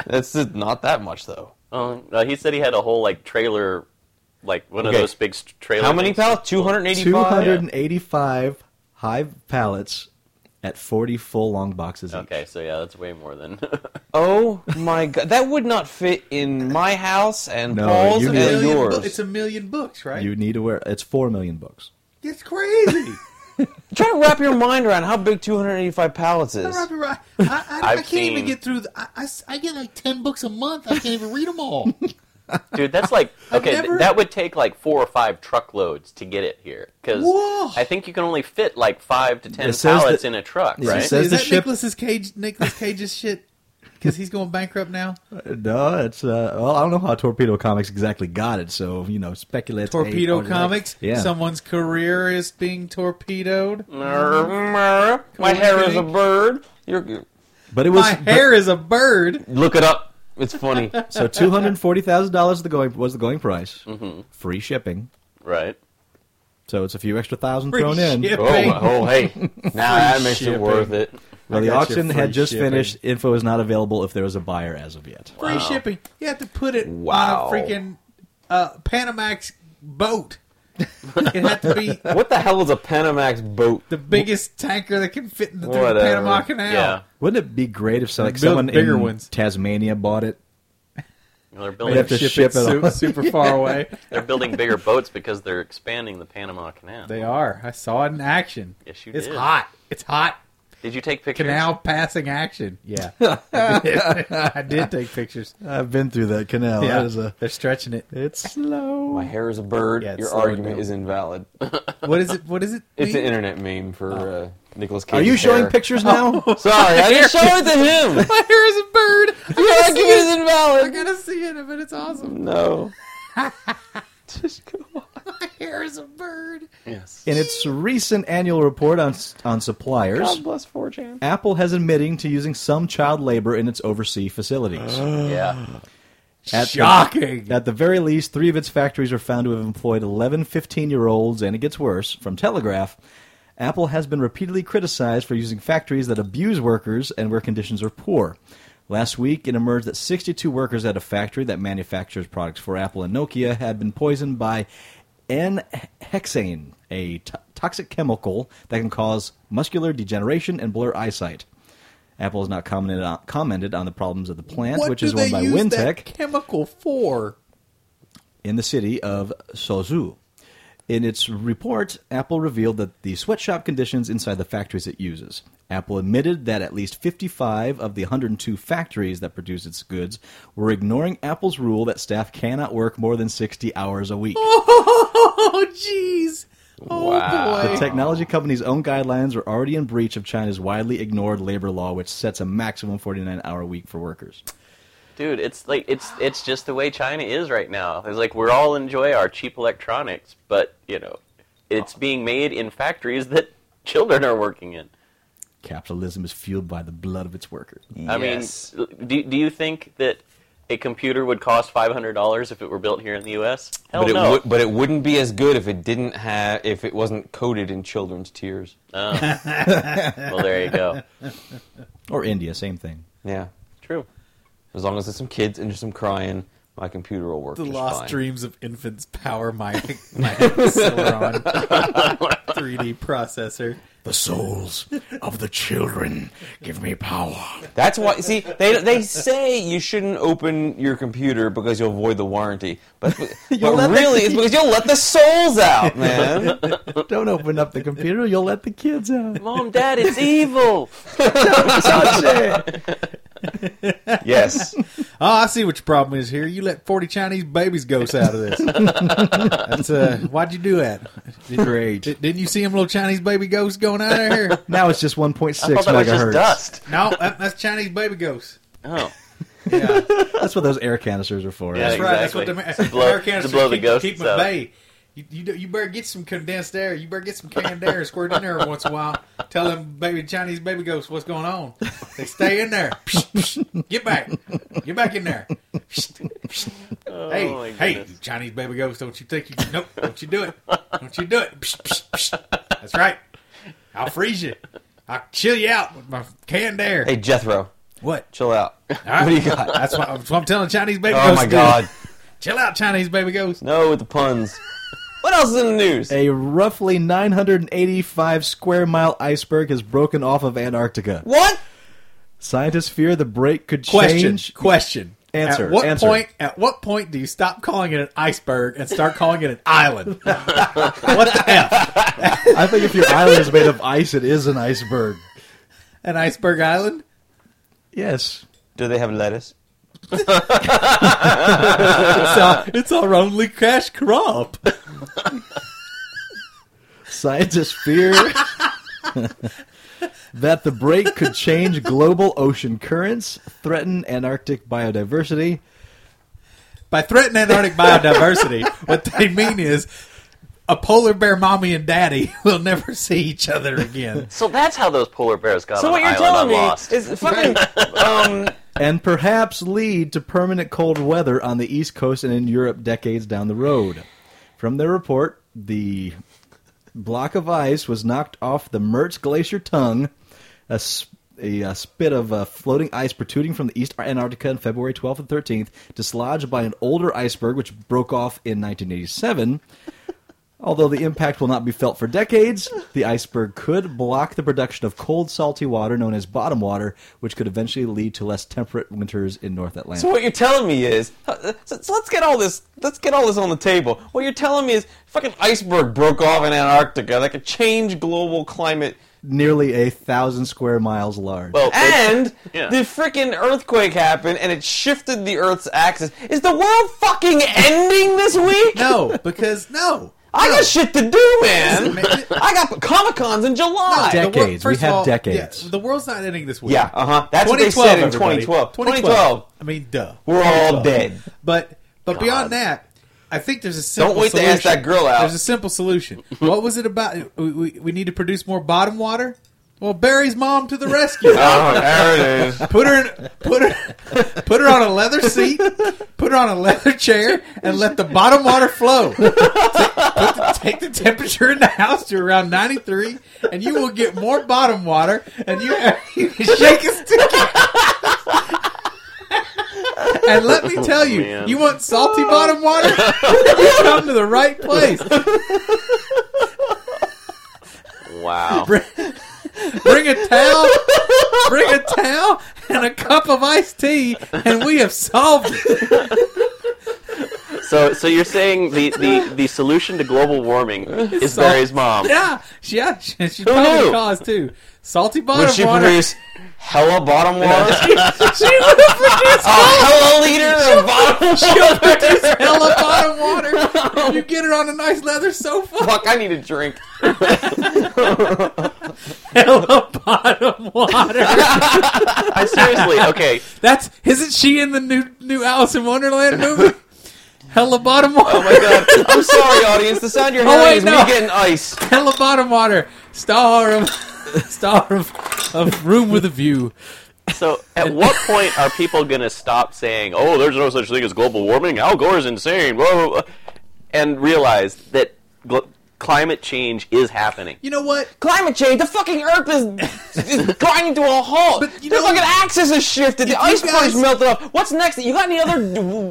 That's just not that much, though.
Oh, no, he said he had a whole like trailer, like one
Okay.
of those big st- trailer.
How many
things.
pallets? 285?
Two hundred and eighty-five high pallets at forty full long boxes.
Okay,
Each.
so yeah, that's way more than.
Oh my god. That would not fit in my house and
No,
Paul's
you
and
need-
Million bu-
yours.
it's a million books, right?
You need to wear. It's four million books.
it's crazy.
Try to wrap your mind around how big 285 pallets is.
Robbie Ry- I, I, I
I've
can't even
seen-
get through. The, I, I s- I get like ten books a month. I can't even read them all.
Dude, that's like okay. th-
never-
that would take like four or five truckloads to get it here because
Whoa.
I think you can only fit like five to ten
It says
pallets
that-
in a truck,
Yeah, it
right?
says- Does
is
the
that
ship-
Nicholas Cage? Nicholas Cage's shit because he's going bankrupt now.
Uh, No, it's uh, well, I don't know how Torpedo Comics exactly got it. So you know, speculate.
Torpedo
hey, oh,
Comics.
Yeah.
Someone's career is being torpedoed.
My hair is a bird. You're, you
but it was
My
but-
hair is a bird.
look it up. It's funny.
so two hundred forty thousand dollars. The going was the going price.
Mm-hmm.
Free shipping.
right.
So it's a few extra thousand
Free
thrown in.
shipping.
oh, oh, hey. Now that makes
shipping.
it worth it.
Well,
I
the
got you
auction
free
had just
shipping.
finished. Info is not available if there is a buyer as of yet.
Free shipping. You have to put it
Wow.
on a freaking uh, Panamax boat. it had to be
What the hell is a Panamax boat?
the biggest tanker that can fit in the, through the
Whatever.
Panama Canal.
Yeah.
Wouldn't it be great if some, like,
Build
someone
bigger
in
ones.
Tasmania bought it?
Well, they're
They'd
building
have to ship it.
super,
all.
super far away.
they're building bigger boats because they're expanding the Panama Canal.
They are. I saw it in action.
Yes, you
It's
did.
hot. It's hot.
Did you take pictures?
Canal passing action. Yeah, I did. I did take pictures.
I've been through that canal.
yeah,
Oh, That is a.
they're stretching it.
It's slow.
My hair is a bird.
Yeah, it's
Your
slowing
argument
down.
is invalid.
What is it? What is it?
It's an
mean? Oh.
internet meme for uh, Nicholas Cage.
Are you showing pictures now?
Sorry, I didn't show it to him.
My hair is a bird.
Your
I
argument is invalid.
gotta see it, but it's awesome.
No. Just go on.
My hair is a bird.
Yes.
In its recent annual report on on suppliers,
God bless 4chan.
Apple has admitting to using some child labor in its overseas facilities.
Yeah.
At the-
Shocking.
at the very least, three of its factories are found to have employed 11 15 year olds, and it gets worse. From Telegraph, Apple has been repeatedly criticized for using factories that abuse workers and where conditions are poor. Last week, it emerged that 62 workers at a factory that manufactures products for Apple and Nokia had been poisoned by N-hexane, a to- toxic chemical that can cause muscular degeneration and blur eyesight. Apple has not commented on, commented on the problems of the plant, which is run by Wintech
chemical for?
in the city of Suzhou. In its report, Apple revealed that the sweatshop conditions inside the factories it uses. Apple admitted that at least 55 of the 102 factories that produce its goods were ignoring Apple's rule that staff cannot work more than 60 hours a week.
Oh, jeez. Oh
Wow.
The
boy.
technology company's own guidelines were already in breach of China's widely ignored labor law, which sets a maximum 49 hour week for workers.
Dude, it's like it's it's just the way China is right now. It's like we're all enjoy our cheap electronics, but you know, it's being made in factories that children are working in.
Capitalism is fueled by the blood of its workers.
I
Yes.
mean, do do you think that a computer would cost five hundred dollars if it were built here in the U.S.? Hell
But it,
no.
would, but it wouldn't be as good if it didn't have if it wasn't coated in children's tears.
Oh. Well, there you go.
Or India, same thing.
Yeah,
True.
as long as there's some kids and there's some crying, my computer will work.
The
just
lost
fine.
dreams of infants power my my Celeron 3D processor.
The souls of the children give me power.
That's why. See, they they say you shouldn't open your computer because you'll void the warranty, but but
let the-
really it's because you'll let the souls out, man.
Don't open up the computer, you'll let the kids out.
Mom, Dad, it's evil.
yes,
Oh, I see what your problem is here. You let 40 Chinese babies ghosts out of this. That's, uh, why'd you do that?
Great.
D- didn't you see them little Chinese baby ghosts going out of here?
Now it's just 1.6
I thought that was
megahertz.
just dust.
No, that- that's Chinese baby ghosts.
Oh,
Yeah.
That's what those air canisters are for.
Yeah.
right?
That's right. That's what the
Exactly.
Amer-
To blow-
Americans
to blow the
keep,
ghosts
keep them
out.
at bay. You, you, do- you better get some condensed air. You better get some canned air and squirt in there every once in a while. Tell them baby Chinese baby ghosts what's going on. They stay in there. get back. Get back in there. hey,
Oh my
hey,
goodness.
Chinese baby ghosts, don't you think you nope, don't you do it. Don't you do it. That's right. I'll freeze you. I'll chill you out with my canned air.
hey Jethro,
what?
chill out.
All
What do you
right.
got?
That's what, that's what I'm telling Chinese baby
Oh
ghosts.
my
to do.
God!
Chill out, Chinese baby ghost.
No, with the puns. What else is in the news?
A roughly 985 square mile iceberg has broken off of Antarctica.
What?
Scientists fear the break could
Question.
change.
Question.
Answer,
At what
answer.
point? At what point do you stop calling it an iceberg and start calling it an island? what the f?
I think if your island is made of ice, it is an iceberg.
An iceberg island?
Yes.
Do they have lettuce?
It's, our, it's our only cash crop.
Scientists fear that the break could change global ocean currents, threaten Antarctic biodiversity.
By threatening Antarctic biodiversity, what they mean is a polar bear mommy and daddy will never see each other again.
so that's how those polar bears got
So
on
what
an
you're
island
telling
on
me
Lost.
is fucking um,
and perhaps lead to permanent cold weather on the East Coast and in Europe decades down the road. From their report, the block of ice was knocked off the Mertz Glacier tongue, a, s- a, uh, spit of uh, floating ice protruding from the East Antarctica on February 12th and 13th, dislodged by an older iceberg which broke off in 1987. Although the impact will not be felt for decades, the iceberg could block the production of cold, salty water known as bottom water, which could eventually lead to less temperate winters in North Atlantic.
So what you're telling me is, uh, so, so let's get all this, let's get all this on the table. What you're telling me is, fucking iceberg broke off in Antarctica that could change global climate,
Nearly a thousand square miles large.
well, it's-
and
yeah.
the freaking earthquake happened and it shifted the Earth's axis. Is the world fucking ending this week?
No, because no.
I got shit to do, man.
Man.
I got Comic Cons in July.
The wor-
Decades. We
first of
have
all,
decades.
yeah, the world's not ending this week.
Yeah, uh-huh. That's what they said in
everybody.
2012. 2012.
I mean, duh.
We're all dead.
But but beyond that, I think there's a simple
wait to
solution.
ask that girl out.
There's a simple solution. what was it about? We, we, we need to produce more bottom water. Well, Barry's mom to the rescue.
Oh, there it is.
Put her in, put her put her on a leather seat, put her on a leather chair, and let the bottom water flow. Take, put the- take the temperature in the house to around ninety three, and you will get more bottom water. And you, you can shake a stick. And let me tell you,
man.
you want salty bottom water? you come to the right place.
Wow.
Bring a towel, bring a towel, and a cup of iced tea, and we have solved it.
So, so you're saying the, the, the solution to global warming is Barry's mom?
Yeah, she, yeah, she, she probably
knew?
caused too. Salty bottom
Would she
water.
produce hella bottom water?
she would have produced
Oh. hella liter of bottom water?
hella bottom water. if You get her on a nice leather sofa.
Fuck, I need a drink.
Hella bottom water.
I seriously, okay.
That's isn't she in the new new Alice in Wonderland movie? Hella bottom water.
Oh my god. I'm sorry, audience. The sound you're
Oh,
hearing
wait,
is
no.
me getting ice.
Hella bottom water. Star of star of, of Room with a View.
So, at what point are people going to stop saying, "Oh, there's no such thing as global warming. Al Gore's insane," blah, blah, blah, and realize that gl- climate change is happening?
You know what?
Climate change, the fucking earth is, is grinding to a halt.
But you
the
know-
fucking axis has shifted. The
you
ice
guys-
floe's melted off. What's next? You got any other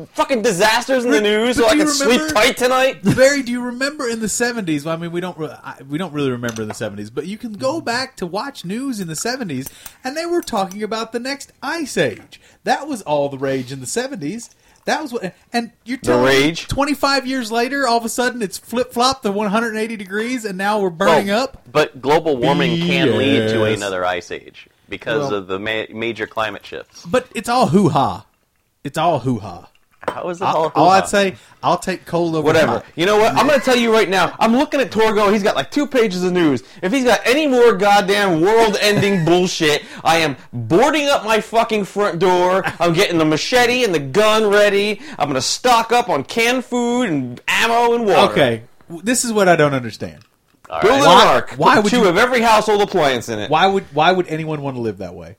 d- fucking disasters in the news so
but
I
do
can
you
sleep
remember-
tight tonight?
Barry, do you remember in the seventies? Well, I mean, we don't re- I, we don't really remember the seventies, but you can go back to watch news in the seventies, and they were talking about the next ice age. That was all the rage in the seventies. That was what, and you're telling
rage?
Twenty five years later, all of a sudden it's flip flop to 180 degrees, and now we're burning
Well,
up.
But global warming can lead to
BS.
another ice age because
Well-
of the ma- major climate shifts.
But it's all hoo ha. It's all hoo ha.
How is it all?
All, all I'd
hoo-ha?
say, I'll take cold over
Whatever.
hot.
You know what? I'm going to tell you right now. I'm looking at Torgo. He's got like two pages of news. If he's got any more goddamn world ending bullshit, I am boarding up my fucking front door. I'm getting the machete and the gun ready. I'm going to stock up on canned food and ammo and water.
Okay, w- this is what I don't understand.
All
Build
right.
an
Why-
ark.
why
Put
would
two
you-
of every household appliance in it.
why would why would anyone want to live that way?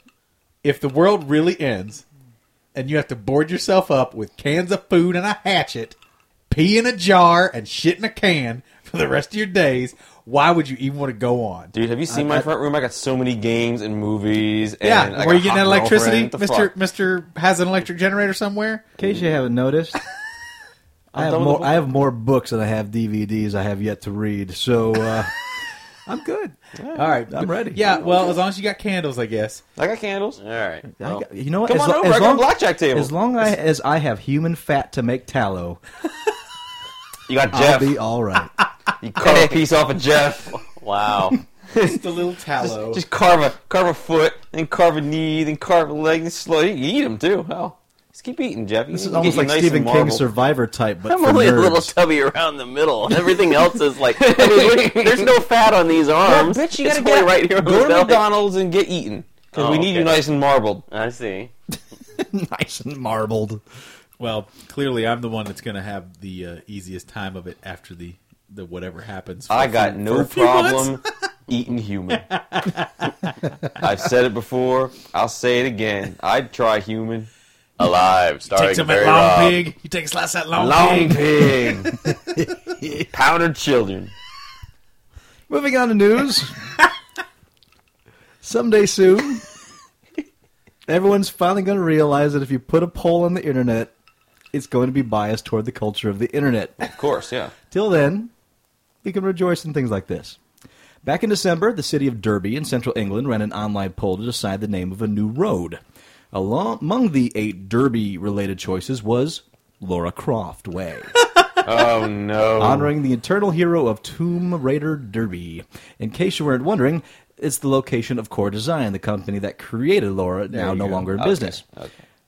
If the world really ends and you have to board yourself up with cans of food and a hatchet, pee in a jar and shit in a can for the rest of your days, why would you even want to go on?
Dude, have you seen my front room? I got so many games and movies. And I
yeah,
got
were
a
you getting
hot
that electricity?
girlfriend. The
Mister
fuck?
Mister has an electric generator somewhere.
In case you haven't noticed, I have
done with
more.
the book.
I have more books than I have DVDs. I have yet to read, so uh, I'm good.
All right,
I'm ready.
Yeah, well, as long as you got candles, I guess.
I got candles.
All right.
I got- you know what?
Come
as
on
lo-
over,
as
I got a
long-
blackjack table.
As long I, as I have human fat to make tallow,
You got
I'll
Jeff.
be all right.
You cut a piece off of Jeff.
Wow.
Just a little tallow.
Just carve a carve a foot, then carve a knee, then carve a leg, and slow. You can eat them too. Hell, just keep eating, Jeff. You
This
can
is
get
almost
you
like
nice
Stephen
and
King's
marbled.
Survivor type, but
I'm
for
only a
nerds.
little tubby around the middle. Everything else is like, I mean, what- there's no fat on these
Yeah,
arms.
bitch, you
It's
gotta
only
get
right here. on
Go
the
to
belly.
McDonald's and get eaten because
Oh,
we need you
okay.
nice and marbled.
I see.
nice and marbled.
Well, clearly, I'm the one that's going to have the uh, easiest time of it after the the whatever happens. for
I
a few-
got
for
no
a few months.
problem eating human. I've said it before. I'll say it again. I'd try human.
Alive, starring
Take some at
Barry
long
Robb.
pig. You take a slice at long,
Long
pig.
pig, powdered children.
Moving on to news. Someday soon, everyone's finally going to realize that if you put a poll on the internet, it's going to be biased toward the culture of the internet.
Of course, yeah.
Till then, we can rejoice in things like this. Back in December, the city of Derby in central England ran an online poll to decide the name of a new road. Along, among the eight Derby related choices was Laura Croft Way,
Oh no.
honoring the eternal hero of Tomb Raider Derby. In case you weren't wondering, it's the location of Core Design, the company that created Laura, now
you
no
go.
longer in business.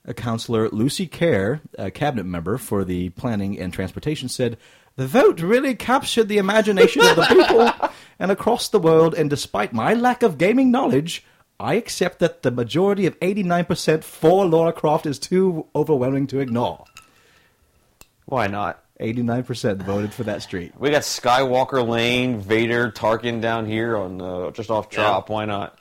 A counselor, Lucy Kerr, a cabinet member for the planning and transportation, said, The vote really captured the imagination of the people and across the world, and despite my lack of gaming knowledge, I accept that the majority of 89% for Laura Croft is too overwhelming to ignore.
Why not?
89% voted for that street.
We got Skywalker Lane, Vader, Tarkin down here on uh, just off Trop. Why not?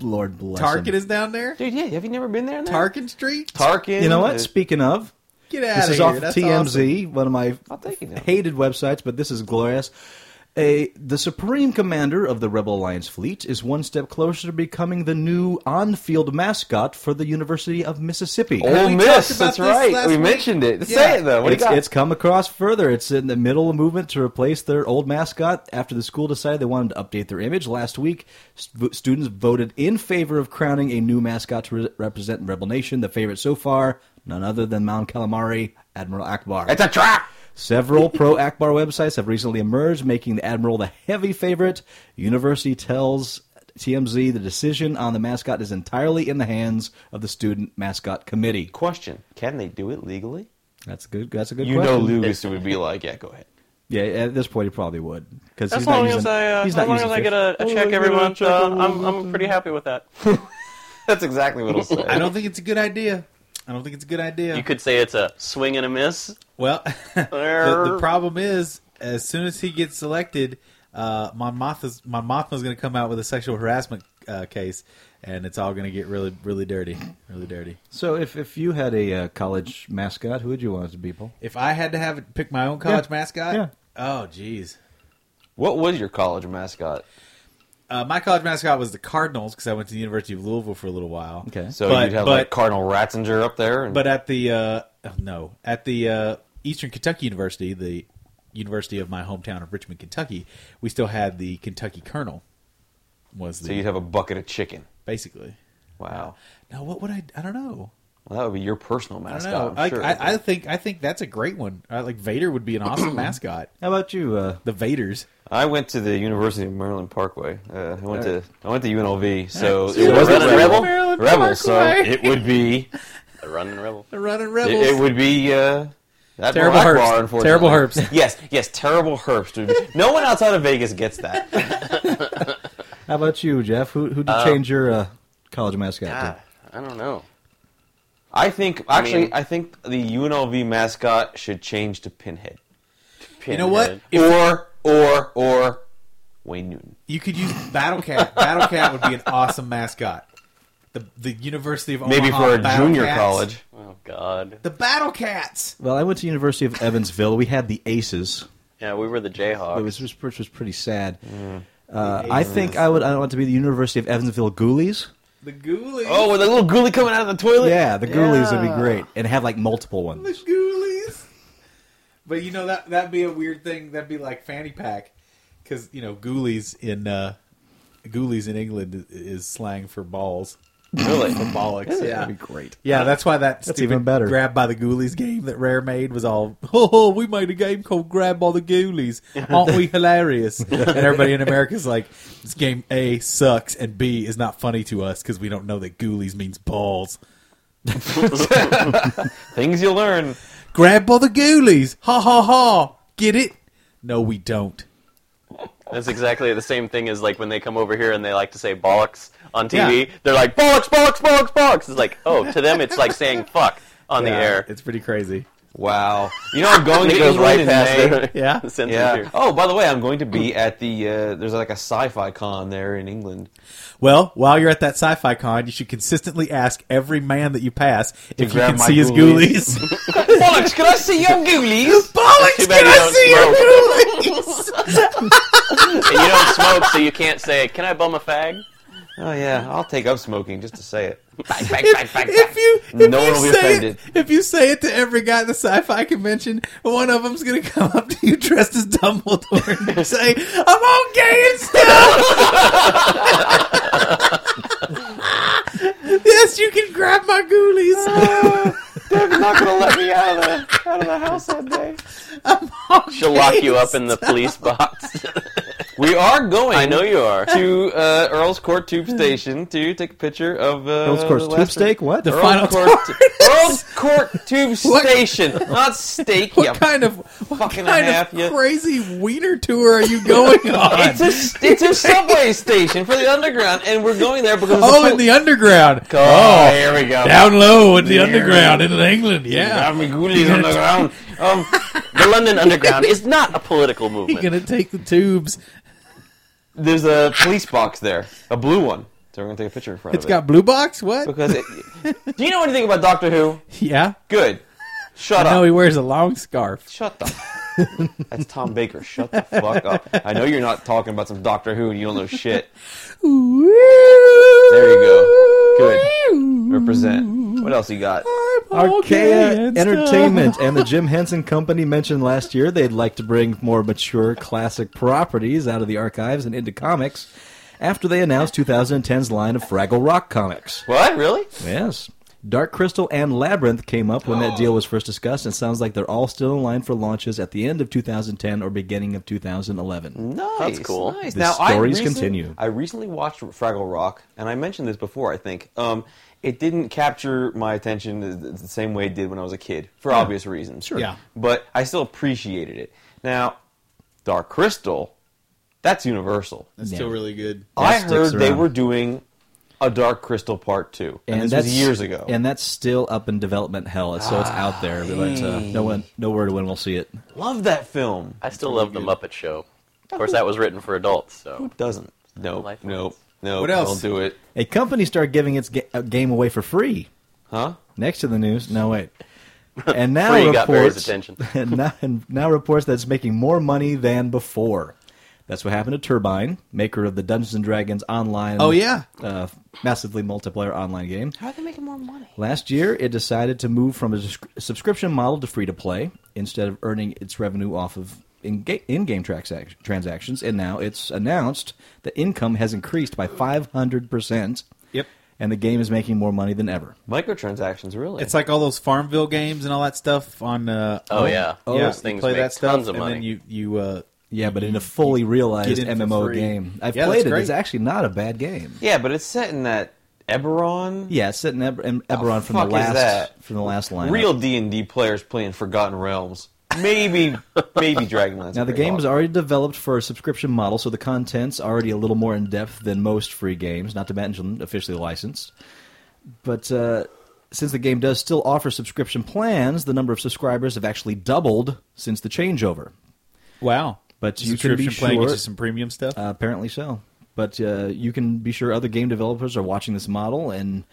Lord bless
Target
him.
is down there.
Dude, yeah, have you never been there? in there?
Tarkin Street.
Tarkin.
You know what?
uh,
Speaking of,
Get out
this
of
is
here.
off
That's awesome.
TMZ, one of my
I'll take it now.
hated websites, but this is glorious. A, the supreme commander of the Rebel Alliance fleet is one step closer to becoming the new on-field mascot for the University of Mississippi.
Ole
we
Miss.
talked about
That's
this
right.
last
We
week.
mentioned it.
Yeah.
Say it though. What do you
it's,
got?
it's come across further. It's in the middle of a movement to replace their old mascot after the school decided they wanted to update their image. Last week, st- students voted in favor of crowning a new mascot to re- represent Rebel Nation. The favorite so far, none other than Mount Calamari, Admiral Akbar.
it's a trap.
Several pro Akbar websites have recently emerged, making the Admiral the heavy favorite. University tells TMZ the decision on the mascot is entirely in the hands of the student mascot committee.
Question: Can they do it legally?
That's a good. That's a good.
You know,
question.
Lucas would be like, "Yeah, go ahead."
Yeah, at this point he probably would because
As
he's not
long
using.
as I, uh,
he's
as
not
long
using
as I
fish.
get a, a check every month, uh, I'm, I'm pretty happy with that.
That's exactly what he'll say.
I don't think it's a good idea. I don't think it's a good idea.
You could say it's a swing and a miss.
well, the, the problem is, as soon as he gets selected, uh, my Mothma's my Mothma's going to come out with a sexual harassment uh, case, and it's all going to get really, really dirty, really dirty.
So if if you had a uh, college mascot, who would you want it to be, Paul?
If I had to have it pick my own college
Yeah.
mascot,
Yeah.
oh jeez.
What was your college mascot?
Uh, my college mascot was the Cardinals because I went to the University of Louisville for a little while.
Okay.
So
But-
you'd have
but-
like Cardinal Ratzinger up there, and
But at the uh, oh, no, at the uh, Eastern Kentucky University, the university of my hometown of Richmond, Kentucky, we still had the Kentucky Colonel. Was the
so you'd have a bucket of chicken.
basically?
Wow,
Now what would I? I don't know.
well, that would be your personal
I don't
mascot.
know.
I'm
I,
sure.
I, I think I think that's a great one. I, like Vader would be an awesome mascot.
How about you? Uh,
The Vaders.
I went to the University of Maryland Parkway. Uh, I went to I went to UNLV, so
You
it wasn't
went to
rebel.
Maryland
Rebel, so
Parkway.
it would be
A running rebel.
The running
it,
rebels.
it would be uh, that
Terrible
Black
Herbst.
Bar, unfortunately.
Terrible Herbst.
yes, yes, terrible Herbst. would be- No one outside of Vegas gets that.
how about you, Jeff? Who who'd you change your uh, college mascot
Ah, I don't know.
I think actually, I,
mean-
think the UNLV mascot should change to Pinhead,
you know what?
Pinhead.
or or or Wayne Newton.
You could use Battle Cat. Battle Cat would be an awesome mascot. The the University of
Maybe
Omaha
for a
Battle
junior
Cats.
college.
Oh God.
The Battle Cats.
to? Well, I went to University of Evansville. We had the Aces.
Yeah, we were the Jayhawks.
It was which was, pretty sad. Uh, I think I would. I want to be the University of Evansville Ghoulies.
The Ghoulies.
Oh, with a little ghoulie coming out of the toilet.
Yeah, the Ghoulies would be great, and have like multiple
the
ones.
Ghoulies. But you know that that'd be a weird thing. That'd be like fanny pack, because you know Ghoulies in uh, Ghoulies in England is slang for balls. Really, for bollocks. Yeah,
That'd be great.
yeah. That's why that that's
even better.
Grab by the Ghoulies game that Rare made was all. Oh, we made a game called Grab by the Ghoulies. Aren't we hilarious? and everybody in America's like, this game A sucks and B is not funny to us because we don't know that Ghoulies means balls.
Things you learn.
Grab by the ghoulies. Ha ha ha. Get it? No, we don't.
That's exactly the same thing as like when they come over here and they like to say bollocks on
Yeah.
TV. They're like bollocks, bollocks, bollocks, bollocks. It's like oh, to them it's like saying fuck on the air.
It's pretty crazy.
Wow. You know, I'm going
And
to
it goes
England
right
in
past
May.
their
Yeah.
senses
Yeah.
here.
Oh, by the way, I'm going to be at the uh, there's like a sci-fi con there in England.
Well, while you're at that sci-fi con, you should consistently ask every man that you pass if you
grab
can
my
see his
ghoulies.
ghoulies.
Bollocks! Can I see your ghoulies?
Bollocks!
bad
Can I see your ghoulies?
And you don't smoke, so you can't say, "Can I bum a fag?"
Oh yeah, I'll take up smoking just to say it. Bang, bang, bang,
If,
bang, bang.
if you if
No
you
one will be
say
offended.
it, if you say it to every guy at the sci-fi convention, one of them's gonna come up to you dressed as Dumbledore and say, "I'm all gay and stuff." yes, you can grab my
Uh,
ghoulies.
They're not gonna let me out of the out of the house that day.
She'll lock you up in the police box.
We are going.
I know you are.
to uh, Earl's Court Tube Station to take a picture of uh,
Earl's Court
the
tube
last-
steak? What?
The
Earl's
final-
Court, Earl's Court Tube Station, not steak.
What
you
kind of what
fucking
kind
half,
of
you-
crazy wiener tour are you going on?
It's a it's a subway station for the underground, and we're going there because it's a
oh,
full-
in the underground.
oh, here we go.
Down low in the underground in England. Yeah.
Have me goodies on the ground. Um,
The London Underground is not a political
You're
movement.
gonna take the tubes.
there's a police box there, a blue one. So we're gonna take a picture in front
It's
of it.
got blue box. What?
because it, do you know anything about Doctor Who?
Yeah.
Good. Shut up.
No, he wears a long scarf.
Shut the. That's Tom Baker. Shut the fuck up. I know you're not talking about some Doctor Who. and You don't know shit. There you go. Good. Represent. What else you got?
Archaea Entertainment and the Jim Henson Company mentioned last year they'd like to bring more mature classic properties out of the archives and into comics after they announced 2010's line of Fraggle Rock comics.
What? Really?
Yes. Dark Crystal and Labyrinth came up when that deal was first discussed, and it sounds like they're all still in line for launches at the end of 2010 or beginning of 2011.
Nice.
That's cool.
Nice.
The
now,
stories
I recent-
continue.
I recently watched Fraggle Rock, and I mentioned this before. I think um, it didn't capture my attention the- the the same way it did when I was a kid, for obvious reasons. Sure.
Yeah.
But I still appreciated it. Now, Dark Crystal, that's universal.
That's
still
really good.
I
sticks
heard they
around.
were doing a Dark Crystal Part Two, and, this was years ago.
And that's still up in development hell, so it's out there, but uh, no one, no word when we'll see it.
love that film.
I still love the Muppet Show. Of course, that was written for adults, so
Doesn't. No.
Life
No.
lessons.
No.
What else?
Don't do it.
A company started giving its ga- uh, game away for free.
Huh?
Next to the news, no wait. And now
Free got Barry's
reports,
attention.
and now, and now reports that it's making more money than before. That's what happened to Turbine, maker of the Dungeons and Dragons online.
Oh, yeah.
uh, massively multiplayer online game.
How are they making more money?
Last year, it decided to move from a descri- subscription model to free to play instead of earning its revenue off of in ga- in-game transac- transactions. And now it's announced that income has increased by 500 percent.
Yep.
And the game is making more money than ever.
Microtransactions, really?
It's like all those Farmville games and all that stuff on. Uh,
Oh, yeah.
oh,
Those
you
things
play
make
that stuff,
tons of
and
money.
then you you uh,
Yeah, but in a fully realized
in for
MMO
free.
game. I've
Yeah, that's
played it.
great.
It's actually not a bad game.
yeah, but it's set in that Eberron.
Yeah, it's set in Eber- in Eberron from the
fuck is
last
that?
from the last line.
Real D and D players playing Forgotten Realms. Maybe, maybe Dragonlance.
Now the
Great
game is
Hawk.
already developed for a subscription model, so the content's already a little more in depth than most free games, not to mention officially licensed. But uh, since the game does still offer subscription plans, the number of subscribers have actually doubled since the changeover.
wow.
But you can be
subscription playing gets
sure-
you some premium stuff.
Uh, apparently so. But uh, you can be sure other game developers are watching this model, and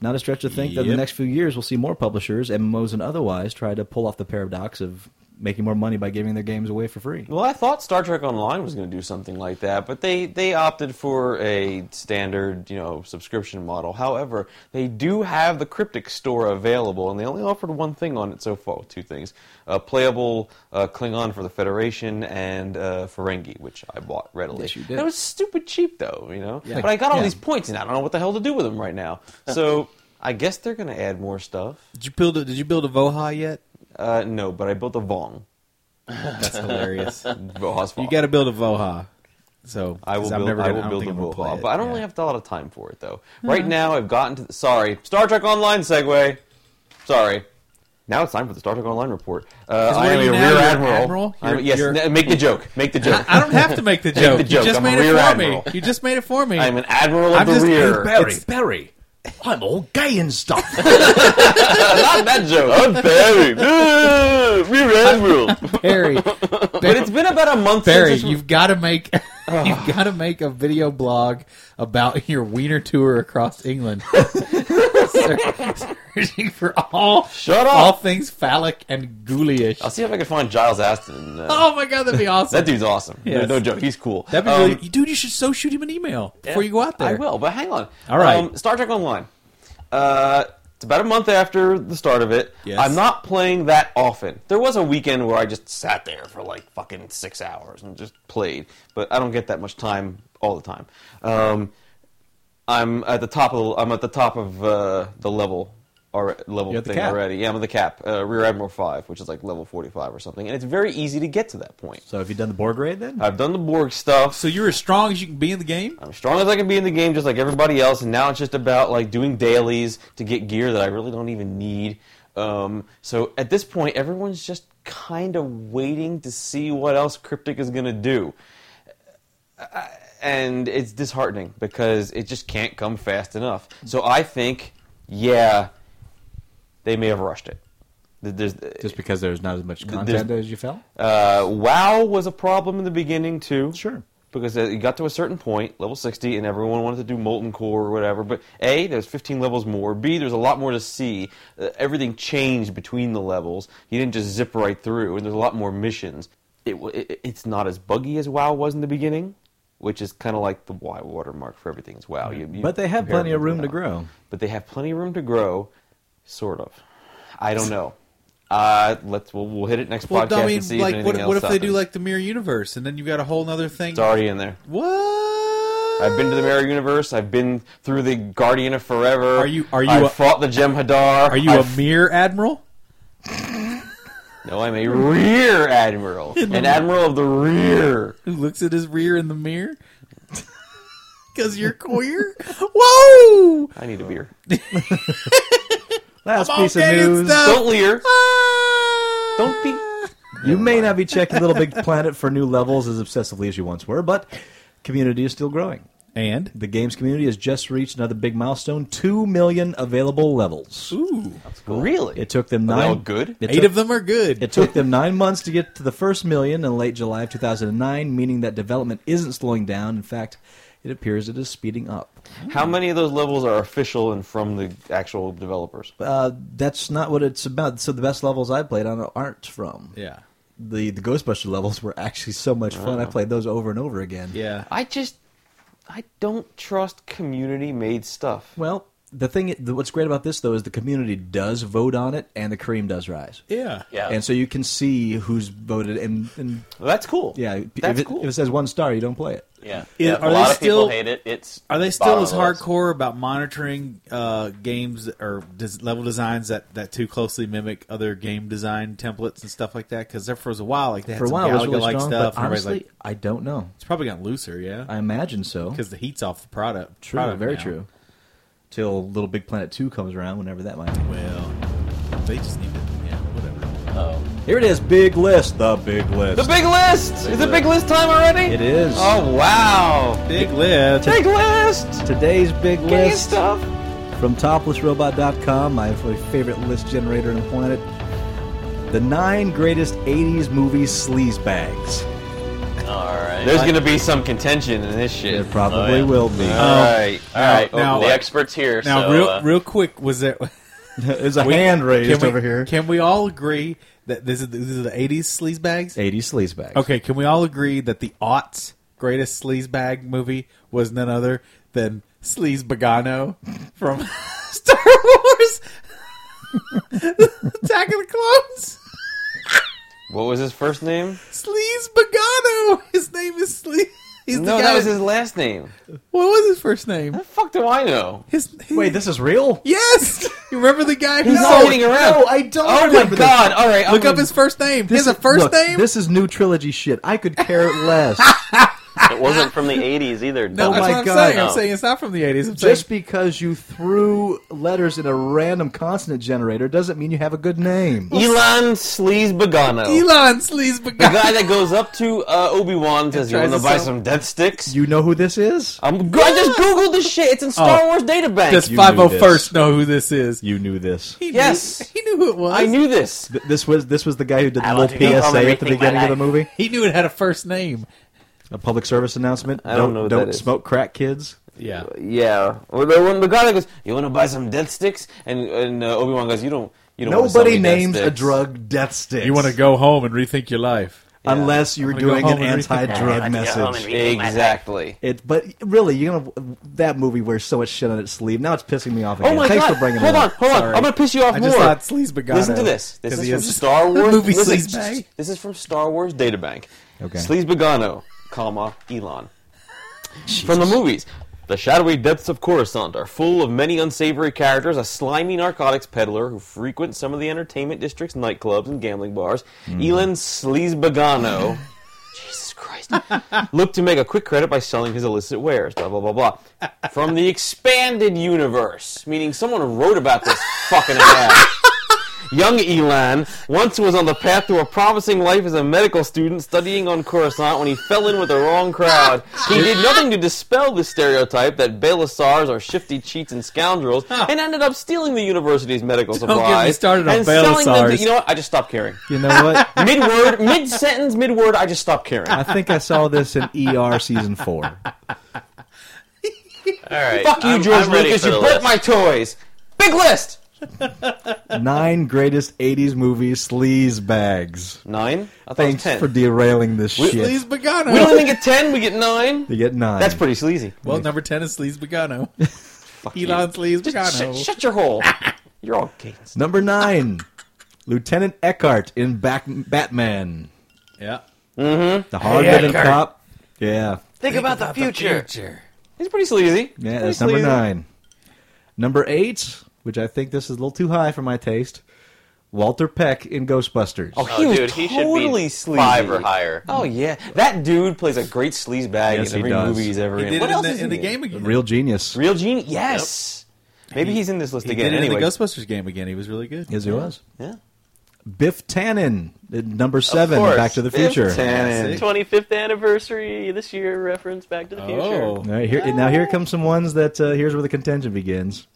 not a stretch to think that in the
Yep.
next few years we'll see more publishers, MMOs and otherwise, try to pull off the paradox of making more money by giving their games away for free.
Well, I thought Star Trek Online was going to do something like that, but they, they opted for a standard, you know, subscription model. However, they do have the Cryptic Store available, and they only offered one thing on it so far, two things: a playable uh, Klingon for the Federation and uh, Ferengi, which I bought readily.
Yes, you did.
And it was stupid cheap, though, you know. But I got all
Yeah.
these points, and I don't know what the hell to do with them right now. So I guess they're going to add more stuff.
did you build a, Did you build a Voha yet?
Uh, no, but I built a Vong.
That's hilarious.
Voha's Vong.
you got to build a Voha. So
I will
'cause
build.
never
I
gonna-
will
don't
build
think
a
I'm gonna play
Voha,
it.
but I don't really
Yeah.
have a lot of time for it though. Right now, I've gotten to the sorry Star Trek Online segue. Sorry. Now it's time for the Star Trek Online report. Uh,
what
I am
are
a
you
rear
now? You're an
admiral.
admiral?
I'm-
You're-
yes,
you're-
n- make the joke. Make the joke.
I don't have to make the joke.
the joke.
You just
I'm a
made it
rear
for
admiral.
me. You just made it for me.
I'm an admiral of
I'm
the
just-
rear.
Barry,
Barry, I'm all gay and stuff.
Not that joke. I'm Barry. rear admiral.
Barry.
but it's been about a month
Barry,
since this-
you've got to make you've got to make a video blog about your wiener tour across England, searching for all
Shut up.
all things phallic and ghoulish.
I'll see if I can find Giles Aston. Uh,
Oh my god, that'd be awesome.
That dude's awesome. No-
Yes.
No, joke. He's cool.
That'd be
Um,
really, dude. You should so shoot him an email before you go out there.
I will, but hang on. Um,
All right.
Star Trek Online. Uh, it's about a month after the start of it.
Yes.
I'm not playing that often. There was a weekend where I just sat there for like fucking six hours and just played, but I don't get that much time all the time. Um, I'm at the top of the, I'm at the top of uh, the level alre- level
You're at the
thing
cap.
already. Yeah, I'm at the cap, uh, Rear Admiral Five, which is like level 45 or something, and it's very easy to get to that point.
So have you done the Borg raid then?
Uh,
I've done the Borg stuff.
So you're as strong as you can be in the game.
I'm strong as I can be in the game, just like everybody else. And now it's just about like doing dailies to get gear that I really don't even need. Um, so at this point, everyone's just kind of waiting to see what else Cryptic is gonna do, I- and it's disheartening because it just can't come fast enough. So I think, yeah, they may have rushed it. Th- There's, uh,
Just because there's not as much
Th-
content
there's-
as you felt.
uh, WoW was a problem in the beginning too.
Sure.
Because it got to a certain point, level 60, and everyone wanted to do Molten Core or whatever. But A, there's 15 levels more. B, there's a lot more to see. Uh, everything changed between the levels. You didn't just zip right through, and there's a lot more missions. It, w- it, it's not as buggy as WoW was in the beginning, which is kind of like the Y watermark for everything is WoW. You- you
But they have
compare
plenty of
everything
room to
WoW.
grow.
But they have plenty of room to grow, sort of. I don't know. Uh, let's we'll, we'll hit it next podcast
Well, I mean,
and see if
like,
anything
what,
else
what if they do
happens.
like the mirror universe, and then you've got a whole other thing?
It's already in there.
What?
I've been to the Mirror Universe. I've been through the Guardian of Forever.
Are you- are you
I
a-
fought the Jem'Hadar.
Are you
I
a
f-
mere admiral?
no? I'm a rear admiral, an admiral of the rear.
who looks at his rear in the mirror? Because you're queer? Whoa!
I need a beer.
Last
I'm all
piece of
gay and
news.
stuff.
Don't leer. Don't be.
You may not be checking Little Big Planet for new levels as obsessively as you once were, but community is still growing.
And?
The games community has just reached another big milestone: two million available levels.
Ooh.
Really?
It took them
Are
nine.
they all good?
It
Eight
took,
of them are good.
It took them nine months to get to the first million in late July of 2009, meaning that development isn't slowing down. In fact, it appears it is speeding up.
How many of those levels are official and from the actual developers?
Uh, that's not what it's about. So the best levels I played on aren't from.
yeah.
The the Ghostbuster levels were actually so much fun. I played those over and over again.
Yeah.
I just, I don't trust community-made stuff.
Well, the thing the, what's great about this though is the community does vote on it, and the cream does rise.
Yeah.
Yeah.
And so you can see who's voted, and, and
Well, that's cool.
yeah, if
that's
it,
cool.
if it says one star, you don't play it.
Yeah,
Is-
yeah
are
a lot
they
of people
still-
hate it. It's
Are they
bottom
still as
of the list.
hardcore about monitoring uh, games or des- level designs that, that too closely mimic other game design templates and stuff like that? Because there for a while, like they had
For a
some
while, it was really
Galaga-like
strong,
stuff,
but
and everybody's
honestly, I
like,
don't know.
it's probably gotten looser, yeah,
I imagine so.
because the heat's off the product.
True,
product
very
now.
true. Till Little Big Planet Two comes around, whenever that might. be.
Well, they just need to, yeah, whatever.
Here it is, big list, the big list.
The big list. Is it big list time already?
It is.
Oh wow!
Big lift.
Big list.
Today's big
Big
list
stuff.
from toplessrobot.com, my favorite list generator on the planet. The nine greatest 80s movie sleaze bags.
All right.
There's gonna be some contention in this shit.
It probably
Oh, yeah.
will be.
all right, all right.
now-
Oh,
the
boy.
experts here.
Now,
so,
real
uh,
real quick, was there?
There's a
we-
hand
can
raised
we,
over here.
Can we all agree that this is this is the '80s sleaze bags?
80s sleaze bags.
Okay, can we all agree that the aughts greatest sleaze bag movie was none other than Sleaze Bagano from Star Wars: Attack of the Clones?
what was his first name?
Sleaze Bagano. His name is Sleaze. He's the
No,
guy
that was his last name.
What was his first name?
The fuck do I know?
His
Wait, this is real?
Yes, you remember the guy who
He's not
sold-
getting around.
no, I don't
Oh my
remember this.
god! All right,
Look
I'm
up his first name. He
This
has a
is-
first
look,
name.
This is new trilogy shit. I could care less. Oh
it wasn't from the '80s either.
no,
oh
No,
that's
my
what I'm
God.
saying. I'm
No.
saying it's not from the 80s. I'm
Just
saying
because you threw letters in a random consonant generator doesn't mean you have a good name.
Elon Sleaze Bagano.
Elon Sleaze
The
Bagano.
guy that goes up to uh, Obi Wan says, "You
tries
want to
to
buy
sell-
some death sticks?"
You know who this is?
I'm, I just googled this shit. It's in Star
Oh.
Wars databank.
Does
You knew this.
501st know who this is?
You knew this.
He knew-
Yes.
he knew who it was.
I knew this.
Th- This was this was the guy who did the
I
little
want to go home
PSA
and
at the
rethink my
beginning of the movie.
He knew it had a first name.
A public service announcement.
I don't know what
Don't
that is.
smoke crack, kids.
Yeah.
Yeah, or the one the guy that goes, "You want to buy some death sticks?" and and uh, Obi Wan goes, "You don't." You don't wanna sell
Nobody
me death
names a
sticks."
drug death stick.
You want to go home and rethink your life.
unless you're
I'm gonna go
doing an
home and rethink my
anti-drug
and
message.
re-
Exactly.
It, but really, you know that movie wears so much shit on its sleeve. Now it's pissing me off again.
Oh my
Thanks
god!
for bringing
hold
it
on,
up.
hold on! I'm gonna piss you off
I
more.
just thought Sleaze Bagano.
Listen to this. This
'cause
is
he
from
is-
Star Wars.
movie
listen,
Sleaze Bag.
This is from Star Wars Databank.
Okay.
Sleaze Begano, comma Elon, from the movies. The shadowy depths of Coruscant are full of many unsavory characters, a slimy narcotics peddler who frequents some of the entertainment district's nightclubs and gambling bars,
Hmm.
Elon Sleazebagano. Jesus Christ. Look to make a quick credit by selling his illicit wares, blah, blah, blah, blah. From the expanded universe, meaning someone wrote about this fucking ass. Young Elan once was on the path to a promising life as a medical student studying on Coruscant when he fell in with the wrong crowd. He did nothing to dispel the stereotype that Belisars are shifty cheats and scoundrels and ended up stealing the university's medical
get me
supplies.
started on
and selling them to,
Belisars.
You know what? I just stopped caring.
You know what?
Mid word, mid sentence, mid word, I just stopped caring.
I think I saw this in ER season four.
All right.
Fuck you,
I'm-
George
I'm ready
Lucas.
for
You
the
broke
list.
my toys. Big list.
Nine greatest '80s movies sleaze bags.
Nine. I thought
Thanks
it was ten.
for derailing this shit.
Sleaze Begano.
we don't even get ten. We get nine.
You get nine.
That's pretty sleazy.
well, number ten is Sleaze Begano.
you.
Elon Sleaze
Just shut,
Begano.
shut your hole. You're all gays.
number nine. Lieutenant Eckhart in Back- Batman.
Yeah.
The hard hitting cop. Yeah.
Think about the future.
He's pretty sleazy. Pretty
Yeah, that's number
sleazy.
nine. Number eight, which I think this is a little too high for my taste. Walter Peck in Ghostbusters.
Oh,
Oh,
he was
dude, he should be
totally sleazy.
five or higher.
Oh yeah, that dude plays a great sleaze bag
Yes, he
in every
does.
movie he's ever
He
in.
did
what
it in
else
the,
is
in
he
the game again.
Real genius.
Real genie. Yes. Maybe he's in this list
He
again.
did it
anyway.
in the Ghostbusters game again. He was really good.
Yes, he was.
yeah.
Biff Tannen, at number seven,
course,
Back to the
Biff
Future.
Tannen.
25th anniversary this year reference Back to the Future.
Oh,
All right, here, now here comes some ones that uh, here's where the contention begins.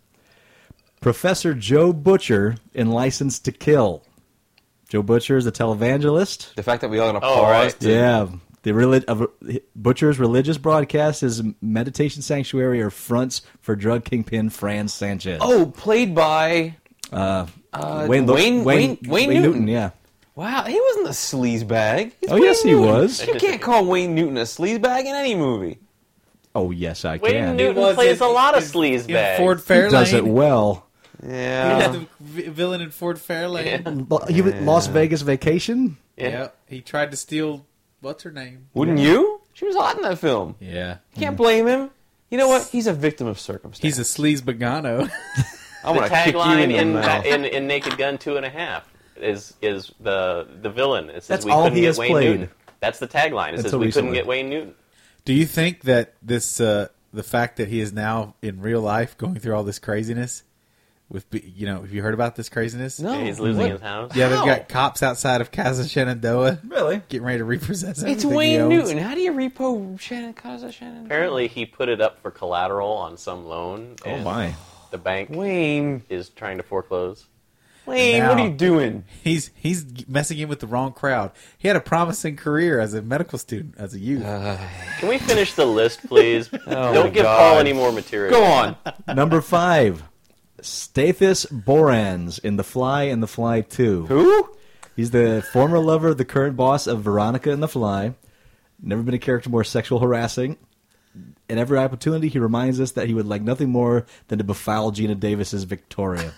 Professor Joe Butcher in License to Kill. Joe Butcher is a televangelist.
The fact that we all gonna
Oh,
pause.
right.
to-
Yeah, the relig- of, Butcher's religious broadcast is meditation sanctuary or fronts for drug kingpin Fran Sanchez.
Oh, played by.
Wayne,
Wayne- Wayne- Wayne Newton.
Yeah,
Wow, he wasn't a sleaze bag. He's
Oh,
Wayne
yes, he
Newton.
was.
You can't call Wayne Newton a sleaze bag in any movie.
oh yes, I
Wayne
can.
Newton
was
plays
in-
a lot of
in-
sleaze
in
bags.
Ford
He
Fairlane.
does it well.
He
Yeah.
was the vi- villain in Ford Fairlane. Yeah.
Lo- He was Las Vegas Vacation.
Yeah.
He tried to steal what's her name.
Wouldn't you? She was hot in that film.
Yeah.
Can't blame him. You know what? He's a victim of circumstance.
He's a Sleaze Begano.
I'm
The
gonna kick you
tagline
in,
in,
the mouth.
in in Naked Gun two and a half is is the the villain. It says
That's
we
all
couldn't
he
get
has
Wayne
played.
Newton. That's the tagline. It says
Until
we
recently.
couldn't get Wayne Newton.
Do you think that this, uh, the fact that he is now in real life going through all this craziness, with be- you know, have you heard about this craziness?
No.
He's losing
What?
his house.
Yeah, they've
How?
got cops outside of Casa Shenandoah
Really?
getting ready to repossess
It's
everything he
Wayne
owns.
Newton. How do you repo Shannon Casa Shannon?
Apparently, he put it up for collateral on some loan.
Oh
and
my!
The bank
Wayne.
is trying to foreclose.
Wayne, what
Now-
are you doing?
He's he's messing in with the wrong crowd. He had a promising career as a medical student, as a youth.
Uh,
Can we finish the list, please?
Oh my
Don't give
God.
Paul any more material.
Go on.
Number five, Stathis Borans in The Fly and The Fly Two.
Who?
He's the former lover, the current boss of Veronica in The Fly. Never been a character more sexual harassing. In every opportunity, he reminds us that he would like nothing more than to befoul Gina Davis's Victoria.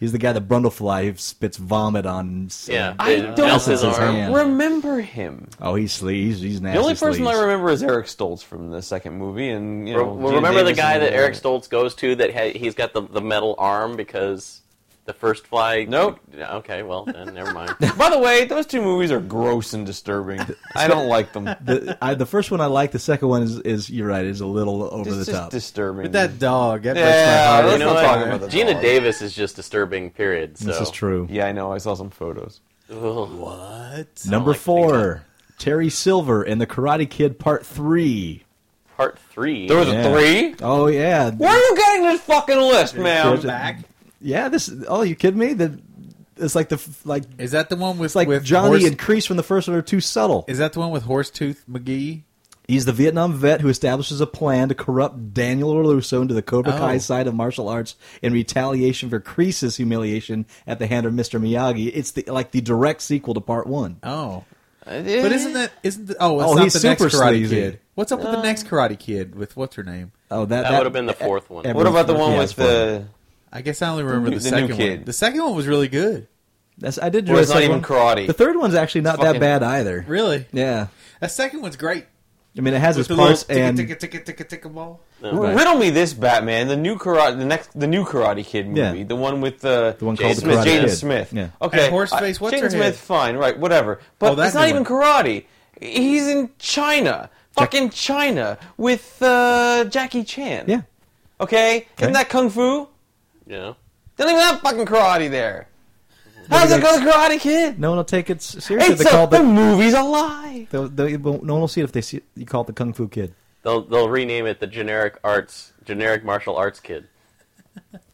He's the guy that Brundlefly spits vomit on.
Yeah.
I
It
don't
bounces his arm.
hand.
remember him.
Oh, he's sleaze. He's nasty.
The only person
sleaze.
I remember is Eric Stoltz from the second movie, and you know,
Re- well,
Gina
remember the
Davis
guy
is
that
the-
Eric Stoltz goes to that ha- he's got the, the metal arm because the first fly.
Nope.
Okay, well then never mind.
By the way, those two movies are gross and disturbing. I don't like them.
The, I, the first one I like. The second one is, is you're right. Is a little over
It's
the
just
top.
disturbing.
With that dog, that breaks
Yeah,
my heart.
let's
you know
not
what?
talk about the
Gina
dog.
Davis is just disturbing. Period. So.
this is true.
Yeah, I know. I saw some photos.
Ugh.
Number
like to think
four, Terry Silver in The Karate Kid Part Three.
Part three.
There was
Yeah.
a three.
Oh yeah,
Where are you getting this fucking list,
I'm
man?
There's a- back. Yeah, this. Oh, you kidding me? The, it's like the f- like
Is that the one with
it's like
with
Johnny
horse,
and Crease from the first one are too subtle.
Is that the one with Horsetooth McGee?
He's the Vietnam vet who establishes a plan to corrupt Daniel Larusso into the Cobra
Oh.
Kai side of martial arts in retaliation for Crease's humiliation at the hand of Mr. Miyagi. It's the like the direct sequel to Part One.
Oh,
Uh,
but isn't that isn't the, oh? It's
Oh,
not
he's
the next
super
Karate
sleazy.
Kid. What's up with
Uh,
the next Karate Kid with what's her name?
Oh, that
That would've been the fourth one.
every-
What about the one
yeah,
with
it's four.
the?
I guess I only remember
new- the
the,
new
second one.
kid.
The second one was really good.
That's, I did.
Well,
enjoy
it's
the
not
second
even karate.
The third one's actually not that
fucking-
bad either.
Really,
Yeah.
that second one's great.
I mean, it has
With
its
the little
parts,
ticka,
and
ticka, ticka, ticka, ticka ball.
Right.
Riddle me this, Batman. The new karate, the next, the new Karate Kid movie,
Yeah.
the one with the,
The one
Jaden
called The
Smith,
Karate
Jaden
Kid.
Smith.
Yeah.
Okay,
And Horseface,
I-
what's
Jaden
her
Smith?
head?
Fine, right, whatever.
Oh,
But
that
it's not
new
even
one.
karate. He's in China, fucking China, with uh, Jackie Chan.
yeah,
Okay?
Okay.
isn't that kung fu?
Yeah.
They don't even have fucking karate there. How's it go, Karate Kid?
no one will take it s- seriously.
It's
They
a,
call
the
the,
movie's a lie.
they'll, they won't- no one will see it if they see it, you call it the Kung Fu Kid.
They'll they'll rename it the generic arts generic martial arts kid.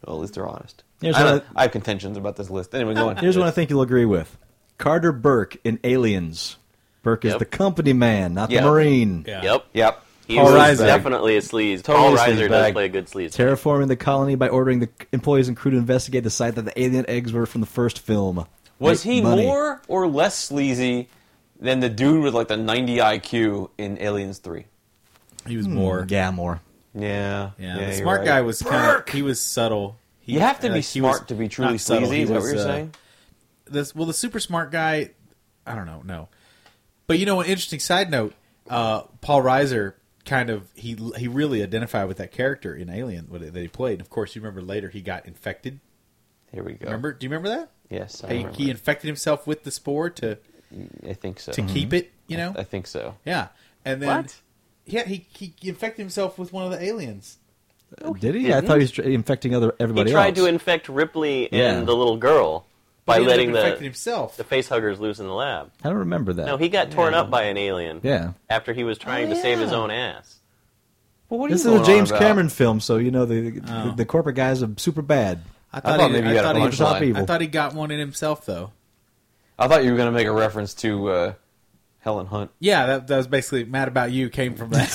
Well, at least they're honest.
Here's
I, don't-
another-
I have contentions about this list. Anyway, go on.
Here's one I think you'll agree with: Carter Burke in Aliens. Burke is
Yep.
the company man, not
Yeah.
the Marine.
Yeah.
Yep.
Yep.
He
Paul
was
Reiser.
definitely a sleaze.
Totally
Paul Reiser does
sleazebag.
play a good sleaze.
Terraforming the colony by ordering the employees and crew to investigate the site that the alien eggs were from the first film.
Was
Make
he
money.
more or less sleazy than the dude with like the 90 IQ in Aliens 3?
He was more.
Yeah, more.
Yeah.
Yeah,
you're
the smart
right.
guy was kind of he was subtle. He,
You have to be
like, he was-
smart to be truly
not subtle,
sleazy,
he
is that what
was,
you're
uh,
saying?
This well, the super smart guy. I don't know, no. But you know, an interesting side note. Uh, Paul Reiser kind of he he really identified with that character in Alien what- that he played. And of course, you remember later he got infected.
Here we go.
Remember? Do you remember that?
Yes. I,
He,
remember.
he infected himself with the spore to
I think so.
to keep it. You know,
I think so.
yeah. And then
What?
yeah, he he infected himself with one of the aliens.
Did he? I thought he was tr- infecting other
He
everybody
tried
else.
to infect Ripley
Yeah.
and the little girl by
he ended
letting
up infected
the
himself.
the face huggers loose in the lab.
I don't remember that.
No, he got torn up by an alien.
Yeah.
After he was trying
Oh,
to save his
yeah.
own ass.
Well, what are
this
you
is a
going on
James
about?
Cameron film, so you know the
Oh.
the, the corporate guys are super bad.
I
thought maybe you had a
thought he-
punchline.
Top evil.
I thought he got one in himself though.
I thought you were going to make a reference to uh, Helen Hunt.
Yeah, that, that was basically "Mad About You" came from that.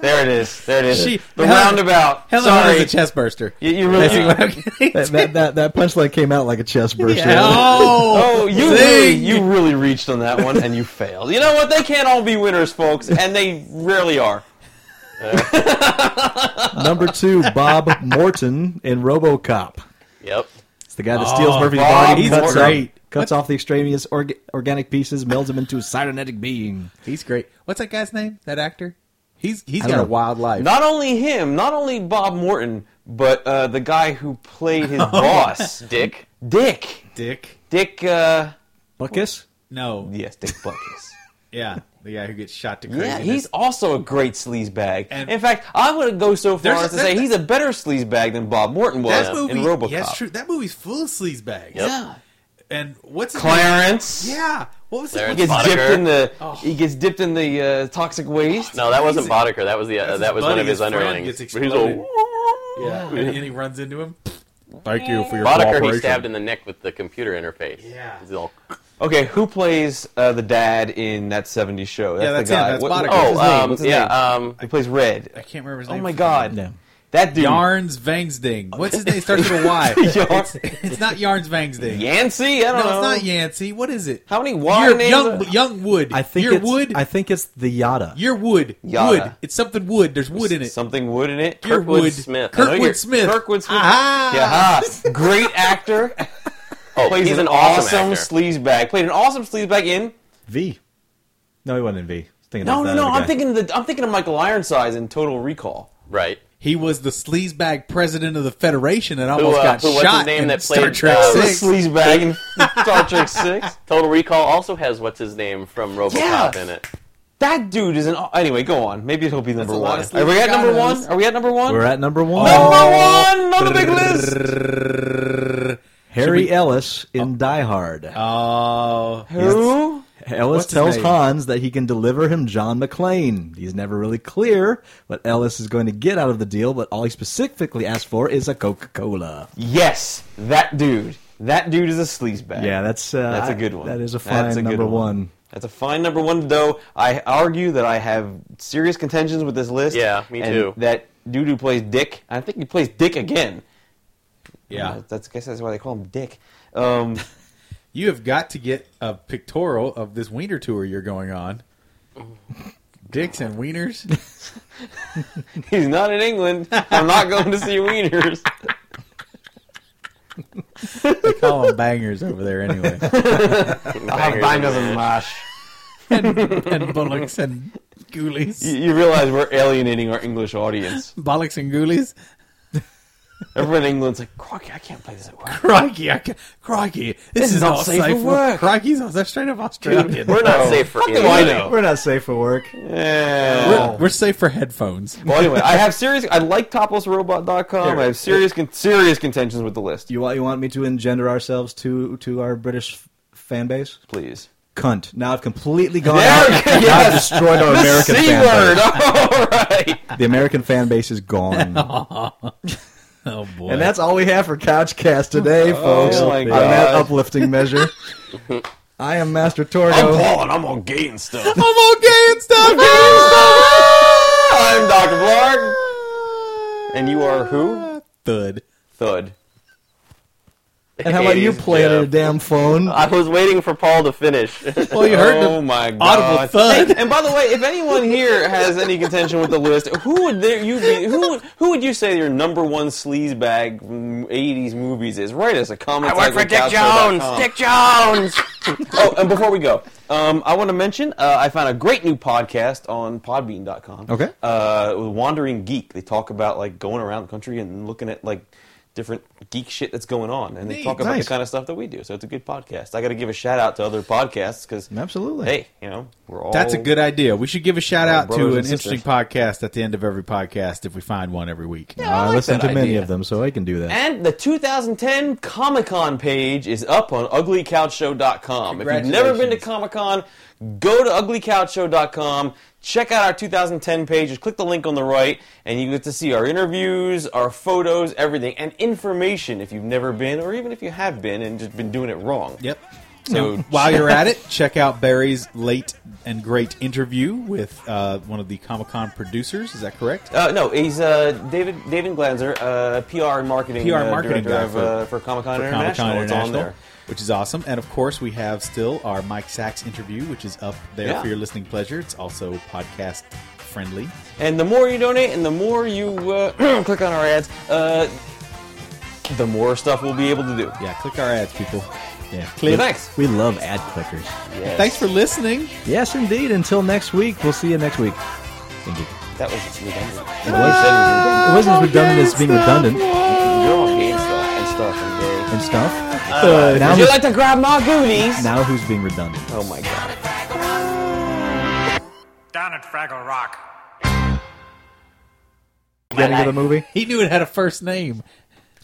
There it is. There it is.
She-
the
Helen-
roundabout.
Helen
Sorry.
was a chest burster.
you, you really.
Basically what I'm getting
That, that, that, that punchline came out like a chest burst.
at. Oh,
Oh, you really, you really reached on that one and you failed. You know what? They can't all be winners, folks, and they rarely are.
Number two, Bob Morton in RoboCop.
Yep.
It's the guy that steals Murphy's
Oh, Bob
body,
he's
cuts,
great.
Off, cuts off the extraneous orga- organic pieces, melds them into a cybernetic being.
he's great. What's that guy's name? That actor? He's he's
I don't
got a
know.
wild life.
Not only him, not only Bob Morton, but uh, the guy who played his
Oh,
boss,
Dick.
Dick.
Dick.
Dick. Uh,
Buckus?
No.
yes, Dick Buckus.
Yeah, the guy who gets shot to crazy.
yeah, he's also a great sleazebag.
And-
In fact, I'm going to go so far
There's-
as to say
that-
he's a better sleazebag than Bob Morton was
that movie.
in RoboCop.
Yes, true. That movie's full of sleaze bags.
Yeah.
And what's his
Clarence.
Name? Yeah. What was
He
it?
Clarence
gets
Boddicker.
dipped in the
Oh.
he gets dipped in the uh, toxic waste.
No, that wasn't
Crazy.
Boddicker. That was the
That's
uh,
his
that was one
buddy,
of his,
his friend
underlings.
gets
He was all,
exploded. Yeah. And, and he runs into him. Thank you for your
Boddicker he stabbed in the neck with the computer interface.
Yeah.
He's all,
Okay, who plays uh, the dad in that '70s show? That's
Yeah, that's
the
him.
guy.
That's
what's his
Boddicker.
oh,
name?
um,
What's his
yeah,
name?
um,
he uh, plays Red.
I can't remember his
Oh
name.
my
for-
god,
No.
that dude.
Yarns Vangsding. What's his name? It starts with a Y.
Yarn-
It's, it's not Yarns Vangsding.
Yancey. I
no,
don't
it's
know.
not Yancey. What is it?
How many Y
Your,
names?
young,
are-
young Wood.
I think
Your
it's,
Wood.
I think it's the Yada.
Your Wood.
Yada.
Wood. It's something Wood. There's wood in it.
Something wood in it.
Your
Kirkwood
Wood.
Smith. I know
Kirkwood
you're-
Smith.
Kirkwood Smith.
Ah.
Yeah, ha. great actor.
oh,
Plays
he's
an,
an
awesome
awesome actor.
sleazebag. Played an awesome sleazebag in.
V. No, he wasn't in V. I was Thinking
No,
of
no,
that
no.
other
I'm
guy.
thinking of the I'm thinking of Michael Ironsides in Total Recall.
Right.
He was the sleazebag president of the Federation and almost
uh,
got
who- what's
shot
his name
in
that
Star
played,
Trek
uh,
The
Six.
sleazebag in Star Trek Six.
Total Recall also has what's his name from RoboCop
Yeah.
in it.
That dude is an. Anyway, go on. Maybe he'll be number
a lot
one.
of
Are we at number
sleaze-ganos.
one? Are we at number one?
We're at number one.
number one on the big list.
Harry Ellis in Die Hard.
Oh,
Who?
Ellis
his
tells
name?
Hans that he can deliver him John McClane. He's never really clear what Ellis is going to get out of the deal, but all he specifically asks for is a Coca Cola.
Yes, that dude. That dude is a sleazebag.
Yeah, that's uh,
that's a good one.
That is a fine
That's good
number one.
That's a fine number one, though. I argue that I have serious contentions with this list.
Yeah, me
and
too.
That dude who plays Dick, I think he plays Dick again.
yeah.
that's I guess that's why they call him Dick. Um,
You have got to get a pictorial of this wiener tour you're going on. Dicks and wieners.
he's not in England. I'm not going to see Wieners.
They call them bangers over there anyway.
I'll have bangers and mash.
and, and bullocks and
You,
ghoulies.
you realize we're alienating our English audience.
Bollocks and ghoulies.
Everyone in England's like, crikey, I can't play this at work.
Crikey, I can, crikey. This, is
not
all
safe for
safe for
work.
Crikey's all straight up Australian.
We're not safe for anything.
Oh, I know.
We're not safe for work.
We're, we're safe for headphones.
Well, anyway, I have serious. I like toplessrobot.com. I have serious, con- serious contentions with the list.
You want you want me to engender ourselves to to our British f- fan base?
Please.
Cunt. Now I've completely gone
There
out.
we go.
Now I've destroyed our American
C
fan
word.
base.
All right.
The American fan base is gone,
Oh boy!
and that's all we have for Couchcast today, folks.
Oh, my
on that
God.
uplifting measure, I am Master Torgo.
Paul and I'm all gay and stuff.
I'm all gay and stuff.
I'm Dr. Blarg. And you are who?
Thud.
Thud.
And how about you
Jeff.
playing a damn phone?
I was waiting for Paul to finish.
Well, you heard
Oh
the
my god.
audible thud.
And by the way, if anyone here has any contention with the list, who would there you be, who would who would you say your number one sleaze bag from '80s movies is? Write us a comment.
I work for
section,
Dick
couchshow.com.
Jones. Dick Jones.
Oh, and before we go, um, I want to mention uh, I found a great new podcast on Podbean.com.
Okay.
uh, with Wandering Geek. They talk about like going around the country and looking at like different geek shit that's going on, and they talk about
Nice.
the kind of stuff that we do. So it's a good podcast. I got to give a shout out to other podcasts because
Absolutely.
hey, you know, we're all
That's a good idea. We should give a shout out to
brothers
an
and sisters.
interesting podcast at the end of every podcast if we find one every week. Uh,
I, listen to
that
many
idea.
of them, so I can do that.
And the 2010 Comic Con page is up on uglycouchshow.com. If you've never been to Comic Con, go to uglycouchshow.com, check out our 2010 page, just click the link on the right, and you get to see our interviews, our photos, everything, and information if you've never been, or even if you have been and just been doing it wrong.
Yep.
So,
While you're at it, check out Barry's late and great interview with uh, one of the Comic Con producers. Is that correct?
Uh, no, he's uh, David David Glanzer, uh, PR and marketing
PR
uh,
marketing
director
guy
of,
for-
uh, for Comic Con
for
International. It's on there.
which is awesome. And of course, we have still our Mike Sachs interview, which is up there
Yeah.
for your listening pleasure. It's also podcast friendly.
And the more you donate, and the more you uh, click on our ads, uh, the more stuff we'll be able to do.
Yeah, click our ads, people.
Yeah.
Click.
Thanks.
We love ad clickers.
Yes.
Thanks for listening.
Yes, indeed. Until next week, we'll see you next week. Indeed.
That was just redundant. Ah,
It wasn't as redundant as being redundant
You're all gay and stuff and stuff and gay.
and stuff. now,
Would Uh, you
who's,
like to grab my goodies?
now who's being redundant?
Oh my god.
Down at Fraggle Rock.
Getting of the movie?
He knew it had a first name.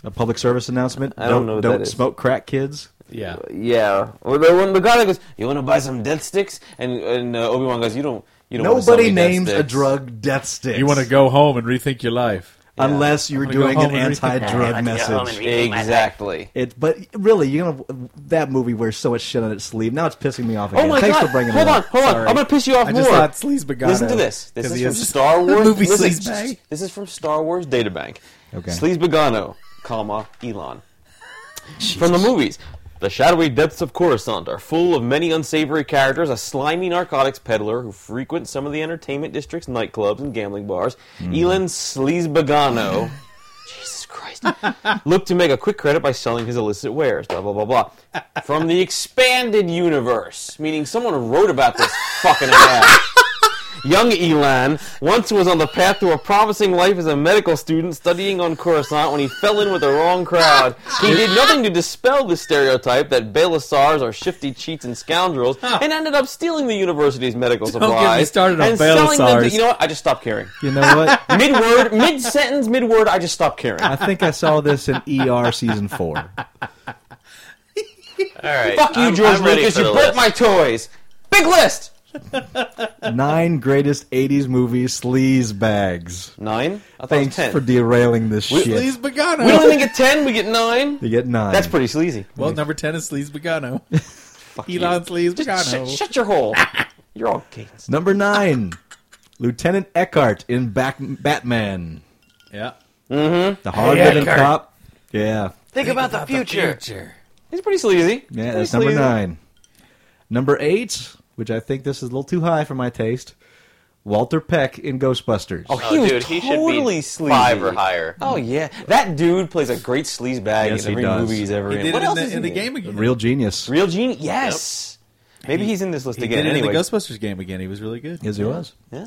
A public service announcement?
I don't know what
Don't
that is.
smoke crack, kids.
Yeah.
Yeah. Well, the, one- the guy that goes, "You want to buy some death sticks?" and and uh, Obi Wan goes, "You don't." You don't wanna sell
Nobody
me death
names a
sticks."
drug death stick.
You want to go home and rethink your life.
Unless you're
I'm gonna go
doing
home
an
and read the-
anti-drug
home and
message.
read-
Exactly.
It, but really, you know that movie wears so much shit on its sleeve. Now it's pissing me off again.
Oh my
Thanks
god!
for bringing
hold
it
on,
up.
hold on! I'm gonna piss you off
I
more.
just thought Sleaze Begata.
Listen to this. This
'cause
is
he
from
is-
Star Wars.
movie
listen,
Sleaze Bag.
This is from Star Wars Databank.
Okay.
Sleaze Begano, comma Elon. from the movies. The shadowy depths of Coruscant are full of many unsavory characters, a slimy narcotics peddler who frequents some of the entertainment district's nightclubs and gambling bars.
Hmm.
Elon Sleazebagano. Jesus Christ. Looked to make a quick credit by selling his illicit wares, blah, blah, blah, blah. From the expanded universe, meaning someone wrote about this fucking ass. Young Elan once was on the path to a promising life as a medical student studying on Coruscant when he fell in with the wrong crowd. He did nothing to dispel the stereotype that Belisars are shifty cheats and scoundrels and ended up stealing the university's medical
get me
supplies.
started on
and selling them to,
Belisars.
You know what? I just stopped caring.
You know what?
Mid word, mid sentence, mid word, I just stopped caring.
I think I saw this in ER season four.
All right.
Fuck you,
I'm-
George
I'm ready
Lucas,
for
you
the
broke
list.
my toys. Big list!
Nine greatest '80s movies sleaze bags.
Nine? I thought it
Thanks
was ten.
for derailing this shit.
Sleaze Begano.
we don't even get ten, we get nine?
You get nine.
That's pretty sleazy.
Well, number 10 is Sleaze Begano. Elon Sleaze
Just
Begano.
shut, shut your hole. You're all gay.
Number nine, Lieutenant Eckhart in Back- Batman.
yeah.
The hard living cop. Yeah,
Think, about, the, future. He's pretty sleazy.
yeah.
Pretty
That's number
sleazy.
nine. Number eight, which I think this is a little too high for my taste. Walter Peck in Ghostbusters.
Oh, he
Oh,
was
dude, he should be
totally sleazy.
five or higher.
Oh yeah, that dude plays a great sleaze bag
Yes,
in
he
every
does.
movie he's ever
He
in.
did
what
it in
else
the,
is
in
he
the game again.
Real genius.
Real genius. Yes. Maybe he's in this list
He
again.
did it
Anyway,
in the Ghostbusters game again. He was really good.
Yes, he was.
yeah.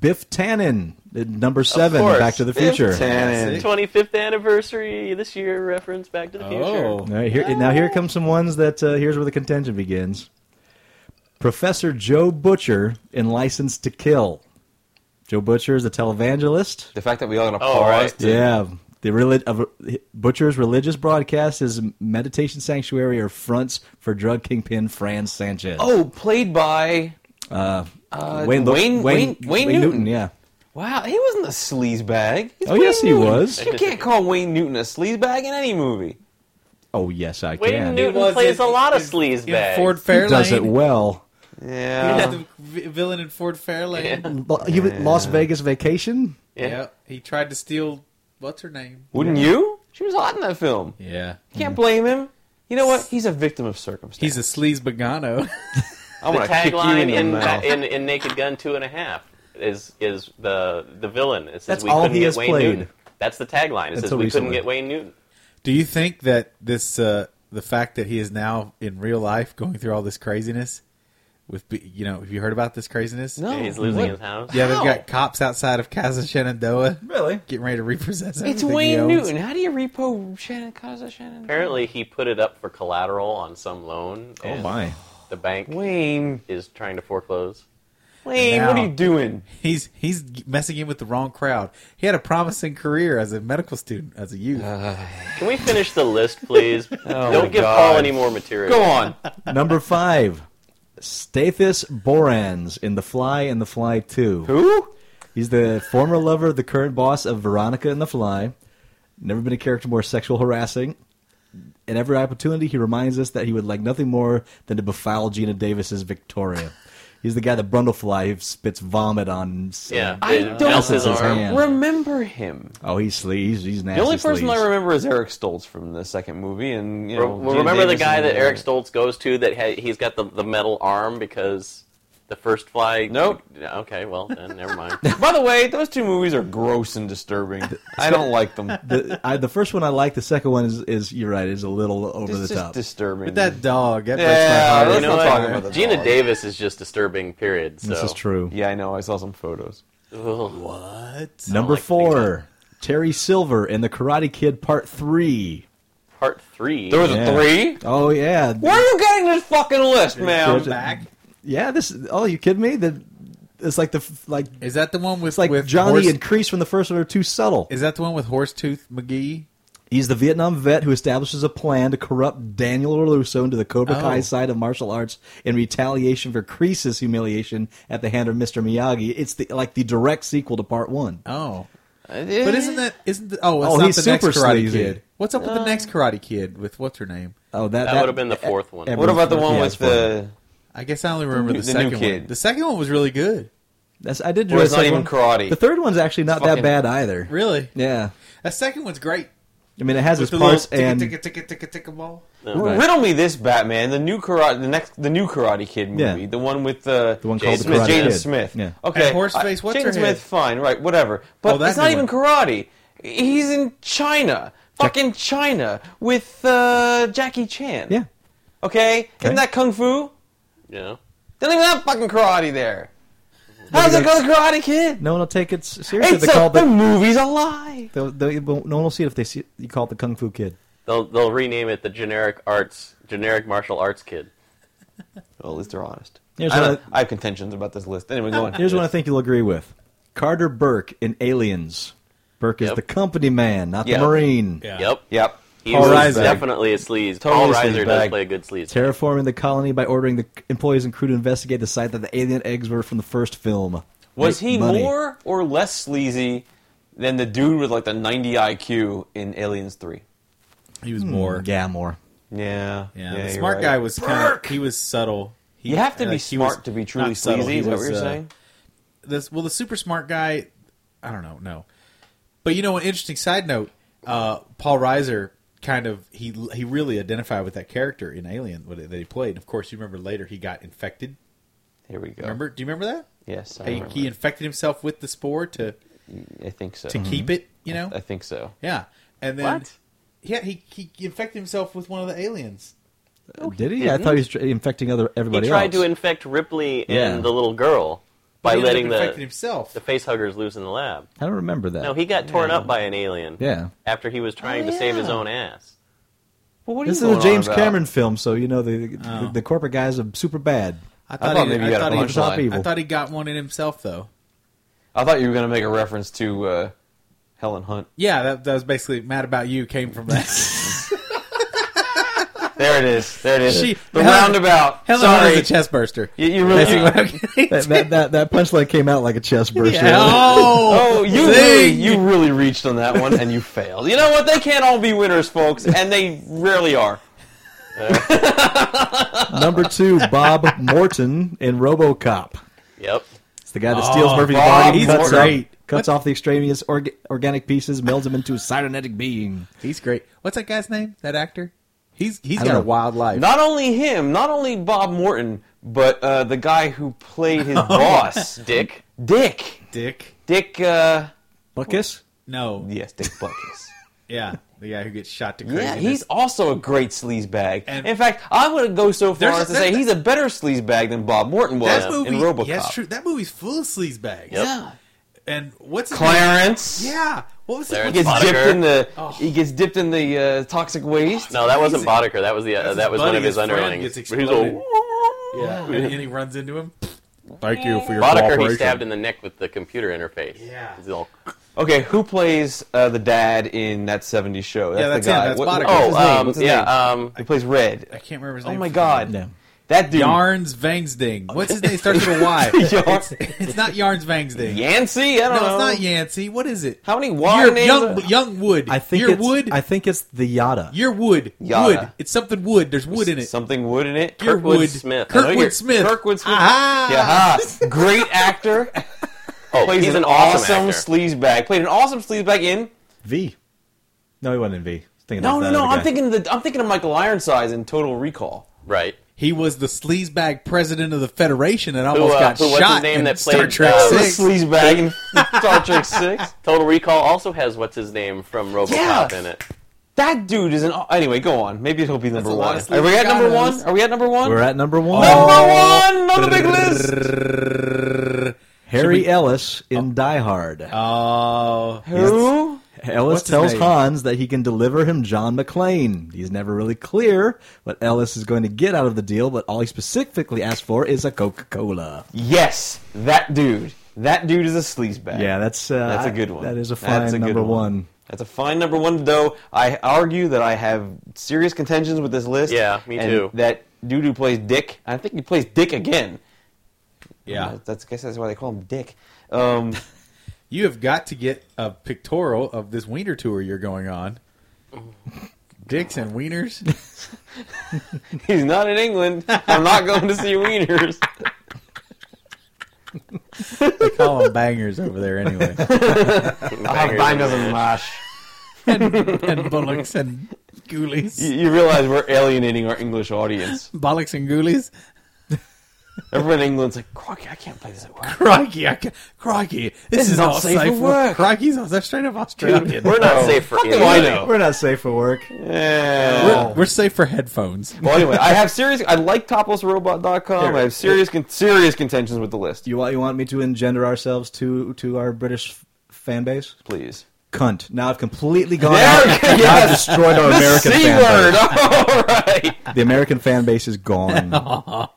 Biff Tannen, at number seven,
course,
Back to the
Biff
Future.
Tannen.
25th anniversary this year reference Back to the Future.
Oh,
All right, here, now here comes some ones that uh, here's where the contention begins. Professor Joe Butcher in License to Kill. Joe Butcher is a televangelist.
The fact that we all gonna
Oh,
pause.
right.
to-
Yeah, the reli- of, Butcher's religious broadcast is meditation sanctuary or fronts for drug kingpin Fran Sanchez.
Oh, played by.
uh,
Wayne- Wayne- Wayne Newton.
Yeah,
Wow, he wasn't a sleaze bag. He's
Oh,
Wayne
yes, he
Newton.
was.
You can't call Wayne Newton a sleaze bag in any movie.
oh yes, I
Wayne
can.
Newton
was
plays
in-
a lot of
in-
sleaze
in
bags.
Ford
He
Fairlane.
does it well.
He was
Um,
Yeah.
the vi- villain in Ford Fairlane. Yeah.
Lo- He was Las Vegas Vacation.
Yeah.
he tried to steal what's her name.
Wouldn't you? She was hot in that film.
Yeah,
You can't blame him. You know what? He's a victim of circumstance.
he's a sleaze Bogano.
I'm
The
gonna kick you
tagline
in,
in,
the mouth.
in in Naked Gun two and a half is is the the villain. It says
That's
we
all
couldn't
he
get
has
Wayne
played.
Newton. That's the tagline. It says
Until
we
recently.
couldn't get Wayne Newton.
Do you think that this, uh, the fact that he is now in real life going through all this craziness, with be- you know, have you heard about this craziness?
no,
Yeah, he's losing
Oh, what?
his house.
Yeah, they've
How?
got cops outside of Casa Shenandoah
Really?
getting ready to repossess.
It's
everything he
Wayne
owns.
Newton. How do you repo Shannon Casa Shannon?
Apparently, he put it up for collateral on some loan.
Oh
and
my!
The bank
Wayne,
is trying to foreclose.
Wayne, what
Now-
are you doing?
He's he's messing in with the wrong crowd. He had a promising career as a medical student, as a youth.
Uh,
Can we finish the list, please?
my
Don't give
God.
Paul any more material.
Go on.
Number five, Stathis Borans in The Fly and The Fly Two.
Who?
He's the former lover, the current boss of Veronica and the Fly. Never been a character more sexual harassing. In every opportunity, he reminds us that he would like nothing more than to befoul Gina Davis's Victoria. He's the guy that Brundlefly spits vomit on. uh,
Yeah,
I
it
don't
melts his arm.
hand.
Remember him.
Oh, he's sleaze. He's nasty.
The only person
sleaze.
I remember is Eric Stoltz from the second movie, and you know,
Re-
Gina
remember the
Oh, Davis
guy
and-
that Eric Stoltz goes to that ha- he's got the, the metal arm because the first fly.
Nope.
Okay, well then never mind.
By the way, those two movies are gross and disturbing. I don't like them.
The, I, the first one I like. The second one is, is you're right, is a little over
It's
the
just
top.
disturbing.
With that dog, that breaks
Yeah,
my heart.
let's
you know
not
what?
talk about the
Gina
dog.
Davis is just disturbing. Period. So.
this is true.
Yeah, I know. I saw some photos.
Ugh.
Number
like to think
four, Terry Silver in The Karate Kid Part Three.
Part three.
There was
Yeah.
a three.
Oh yeah,
Where are you getting this fucking list, ma'am?
There's a- Yeah, this. Oh, you kidding me? The, it's like the f- like
Is that the one with
it's like
with
Johnny
horse,
and Crease from the first one are too subtle.
Is that the one with Horsetooth McGee?
He's the Vietnam vet who establishes a plan to corrupt Daniel Larusso into the Cobra
Oh.
Kai side of martial arts in retaliation for Crease's humiliation at the hand of Mr. Miyagi. It's the like the direct sequel to Part One.
Oh, but isn't that isn't the, oh? It's
Oh,
not
he's
the next
super
Karate
sleazy.
Kid. What's up with
Uh,
the next Karate Kid with what's her name?
Oh, that
That would've been the fourth one.
What about the one
yeah,
with
it's four.
the?
I guess I only remember
new- the
the,
new
second one.
kid.
The second one was really good.
That's, I did.
Well,
enjoy
it's
the
not
second
even karate.
The third one's actually not that
fucking-
bad either.
Really,
Yeah,
that second one's great.
I mean it has
With
its
the little
parts
ticka
and
ticka ticka ticka ticka ball.
Right.
Riddle me this, Batman. The new karate, the next, the new Karate Kid movie,
Yeah.
the one with uh,
The one
Jaden
called The
Smith.
Karate
Jaden
Kid.
Smith.
Yeah.
Okay.
And Horseface,
I-
what's
Jaden
her
Smith?
head?
Fine, right, whatever.
Oh,
But
that
it's not
new
even karate. He's in China, fucking China, with uh, Jackie Chan.
yeah.
Okay?
Okay.
Isn't that kung fu?
Yeah.
They don't even have fucking karate there. How's it go, Karate Kid?
No one will take it s- seriously.
It's
They
a,
call
the
the
movie's a lie.
They'll, they won't, no one will see it if they see it, you call it the Kung Fu Kid.
They'll they'll rename it the generic arts generic martial arts kid.
Well, at least they're honest.
Here's
I, don't-
what
I have contentions about this list. Anyway,
Oh,
go on.
Here's one I think you'll agree with: Carter Burke in Aliens. Burke is
Yep.
the company man, not
Yeah.
the marine.
Yep.
Yep.
He
Paul
was
Reiser.
definitely a sleaze.
Totally
Paul
sleaze
Reiser does
bag.
play a good sleaze.
Terraforming the colony by ordering the employees and crew to investigate the site that the alien eggs were from the first film.
Was
Make
he
money.
more or less sleazy than the dude with like the 90 IQ in Aliens 3?
He was more.
Yeah, more.
Yeah.
Yeah,
you're
Hmm. the smart
right.
guy was kind of he was subtle. He,
You have to be
like, he was
smart to be truly
not subtle,
sleazy,
he
is that what
was,
you're
uh,
saying?
This well, the super smart guy. I don't know, no. But you know, an interesting side note. Uh, Paul Reiser kind of he he really identified with that character in Alien what- that he played. And of course, you remember later he got infected.
Here we go.
Remember? Do you remember that?
Yes. I,
He-
remember.
He infected himself with the spore to
I think so. Hmm.
to keep it. You know,
Mm-hmm. I think so.
yeah. And then
What?
yeah, he he infected himself with one of the aliens.
Did he? I thought he was tr- infecting other
He
everybody
tried
else.
to infect Ripley
Yeah.
and the little girl by
He ended up
letting the
infecting himself.
the face huggers loose in the lab.
I don't remember that.
No, he got torn up by an alien.
Yeah.
After he was trying
Oh,
to save his
yeah.
own ass.
Well, what are
this
you
is
going
a
on
James
about?
Cameron film, so you know the the, the corporate guys are super bad.
I
thought maybe you got a
thought he-
punchline.
Top evil.
I thought he got one in himself though.
I thought you were going to make a reference to uh, Helen Hunt.
Yeah, that, that was basically "Mad About You" came from that.
There it is. There it is.
She-
the
Helen-
roundabout.
Helen
Sorry,
Hunt is a chest burster.
you, you really.
That, that, that, that punchline came out like a chest burster.
oh,
Oh, you
Zing.
really, you really reached on that one, and you failed. You know what? They can't all be winners, folks, and they rarely are.
Number two, Bob Morton in RoboCop.
Yep.
It's the guy that steals Murphy's
Bob
body,
he's
cuts,
great.
Off, cuts off the extraneous orga- organic pieces, melds them into a cybernetic being.
he's great. What's that guy's name? That actor? He's he's
I
got
don't
a
know.
wild life.
Not only him, not only Bob Morton, but uh, the guy who played his
Oh
boss,
Dick.
Dick.
Dick.
Dick. Uh,
Buckus?
No.
yes, Dick Buckus.
Yeah, the guy who gets shot to crazy.
Yeah, he's also a great sleazebag.
And-
In fact, I'm going to go so far
There's-
as to say
there's-
he's a better sleazebag than Bob Morton was
that
in
movie.
RoboCop.
Yes, true. That movie's full of sleazebags.
Yeah.
And what's his
Clarence.
name? Yeah. What was
He
it?
Clarence
gets
Boddicker.
dipped in the
Oh.
he gets dipped in the uh, toxic waste.
No, that wasn't
Crazy.
Boddicker. That was the uh,
That's
that
his
was one
buddy,
of his,
his friend
underlings.
gets
He was all,
Yeah. And, and he runs into him. Thank you for your
Boddicker he stabbed in the neck with the computer interface.
Yeah.
He's all,
Okay, who plays uh, the dad in that '70s show? That's
Yeah, that's
the
him.
guy.
That's Boddicker.
what's his
oh,
name?
um,
What's his name?
yeah, um,
uh, He plays Red.
I can't remember his
Oh
name.
my god,
No.
that dude.
Yarns Vangsding. What's his name? It Starts with a Y.
Yarn-
it's, it's not Yarns Vangsding.
Yancey. I
no,
don't know.
it's not Yancey. What is it?
How many Y
You're
names?
young,
are-
young Wood.
I think
You're
it's
Wood.
I think it's the Yada.
You're Wood.
Yada.
Wood. It's something Wood. There's wood in it.
Something wood in it.
You're
Kirkwood
Wood.
Smith. I know
Kirkwood
you're-
Smith.
Kirkwood Smith.
Aha!
Yeah, ha. great actor.
oh,
Plays
he's
an,
an
awesome,
awesome, actor.
sleazebag. Played an awesome sleazebag in.
V. No, he wasn't in V. I was Thinking
No,
of
no,
that
no.
other
I'm
guy.
thinking of the. I'm thinking of Michael Ironsides in Total Recall.
right.
He was the sleazebag president of the Federation and
Who,
almost
uh,
got
who what's
shot
his name
in
that
Star
played
Trek
uh,
The
Six.
sleazebag in Star Trek Six.
Total Recall also has what's his name from RoboCop
Yeah.
in it.
That dude is an. Anyway, go on. Maybe he'll be number
a
one.
lot of
Are we at number
sleaze-gatos.
one? Are we at number one?
We're at number one.
number one on the big list.
Harry Ellis in Die Hard.
Oh,
Who?
Ellis
his
tells
name?
Hans that he can deliver him John McClane. He's never really clear what Ellis is going to get out of the deal, but all he specifically asks for is a Coca-Cola.
Yes, that dude. That dude is a sleazebag.
Yeah, that's uh,
that's a good one.
That is a fine
That's good
number one.
That's a fine number one, though. I argue that I have serious contentions with this list.
Yeah, me
and
too.
That dude who plays Dick, I think he plays Dick again. Uh,
yeah.
that's I guess that's why they call him Dick. Um,
You have got to get a pictorial of this wiener tour you're going on. Dicks and wieners.
he's not in England. I'm not going to see Wieners.
They call them bangers over there anyway.
I'll have binders and mash.
and bullocks and
You,
ghoulies.
you realize we're alienating our English audience.
Bollocks and ghoulies.
Everyone in England's like, Crikey, I can't play this at work.
Crikey, I can, crikey. This, is,
is
not
all safe
safe
for
for
work.
Crikey's all straight up Australian.
We're not safe for
do I
anybody.
know?
We're not safe for work.
Yeah.
We're safe for headphones.
Well, anyway, I have serious. I like toplessrobot.com. I have serious, con- serious contentions with the list.
You want you want me to engender ourselves to to our British f- fan base?
Please.
Cunt. Now I've completely gone.
There
out.
we go.
Now I've destroyed our American
C
fan
word.
base.
All right.
The American fan base is gone,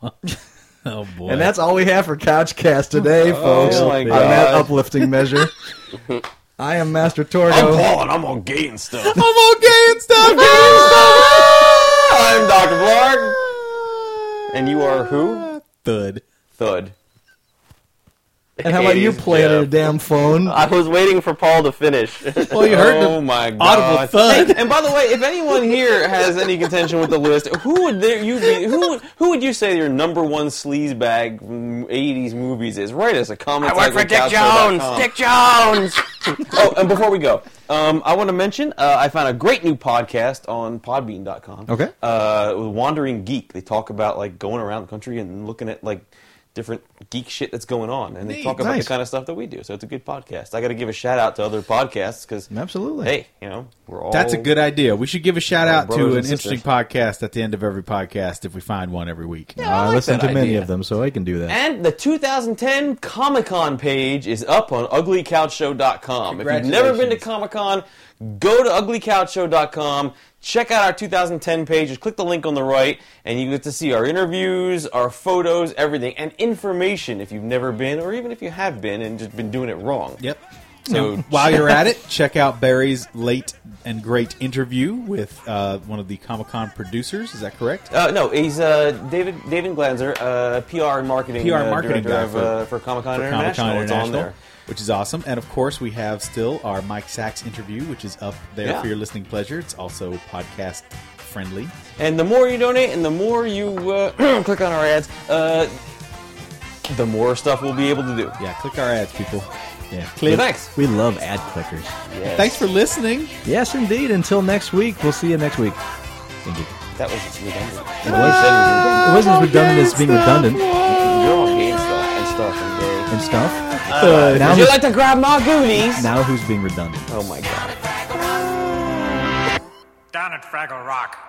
Oh boy!
and that's all we have for Couchcast today, folks.
Oh, my
on that
God.
uplifting measure, I am Master Torgo.
Paul and I'm on gay and stuff.
I'm all gay and stuff.
I'm Dr. Vlog. And you are who?
Thud.
Thud.
And how about you
Eighties
playing
Jeff.
a damn phone?
I was waiting for Paul to finish.
Well, you heard
Oh
the
my god.
audible
Hey,
thud.
and by the way, if anyone here has any contention with the list, who would there you be, who would- who would you say your number one sleazebag mm, '80s movies is? Write us a comment.
I work for
section,
Dick
couchshow.com.
Jones. Dick Jones.
Oh, and before we go, um, I want to mention uh, I found a great new podcast on Podbean.com.
Okay.
Uh, with Wandering Geek. They talk about like going around the country and looking at like different geek shit that's going on, and they
Neat.
talk about
Nice.
the kind of stuff that we do. So it's a good podcast. I got to give a shout out to other podcasts because
Absolutely.
hey, you know, we're all
That's a good idea. We should give a shout out to
brothers
an
and sisters.
interesting podcast at the end of every podcast if we find one every week. Uh,
I
I
like
listen
that
to many
idea.
of them, so I can do that.
And the 2010 Comic Con page is up on uglycouchshow.com. If you've never been to Comic Con, go to uglycouchshow.com, check out our 2010 page, just click the link on the right, and you get to see our interviews, our photos, everything, and information if you've never been, or even if you have been and just been doing it wrong.
Yep.
So-
So while you're at it, check out Barry's late and great interview with uh, one of the Comic Con producers. Is that correct?
Uh, no, he's uh, David David Glanzer, uh, PR and marketing
PR
uh,
marketing
director
guy
of,
for-
uh, for Comic Con
for
International.
Comic Con
It's on
International,
there.
which is awesome. And of course, we have still our Mike Sachs interview, which is up there
Yeah.
for your listening pleasure. It's also podcast friendly.
And the more you donate and the more you uh, click on our ads, uh, the more stuff we'll be able to do.
Yeah, click our ads, people.
Yeah.
Thanks.
We love ad clickers.
Yes.
Thanks for listening.
Yes, indeed. Until next week, we'll see you next week. Indeed.
That was redundant.
It wasn't
Oh,
as redundant as being redundant
You're all gay and stuff and stuff and gay.
and stuff. now,
Uh, Would you
who's,
like to grab my goonies?
now who's being redundant?
Oh my god.
Down at Fraggle Rock.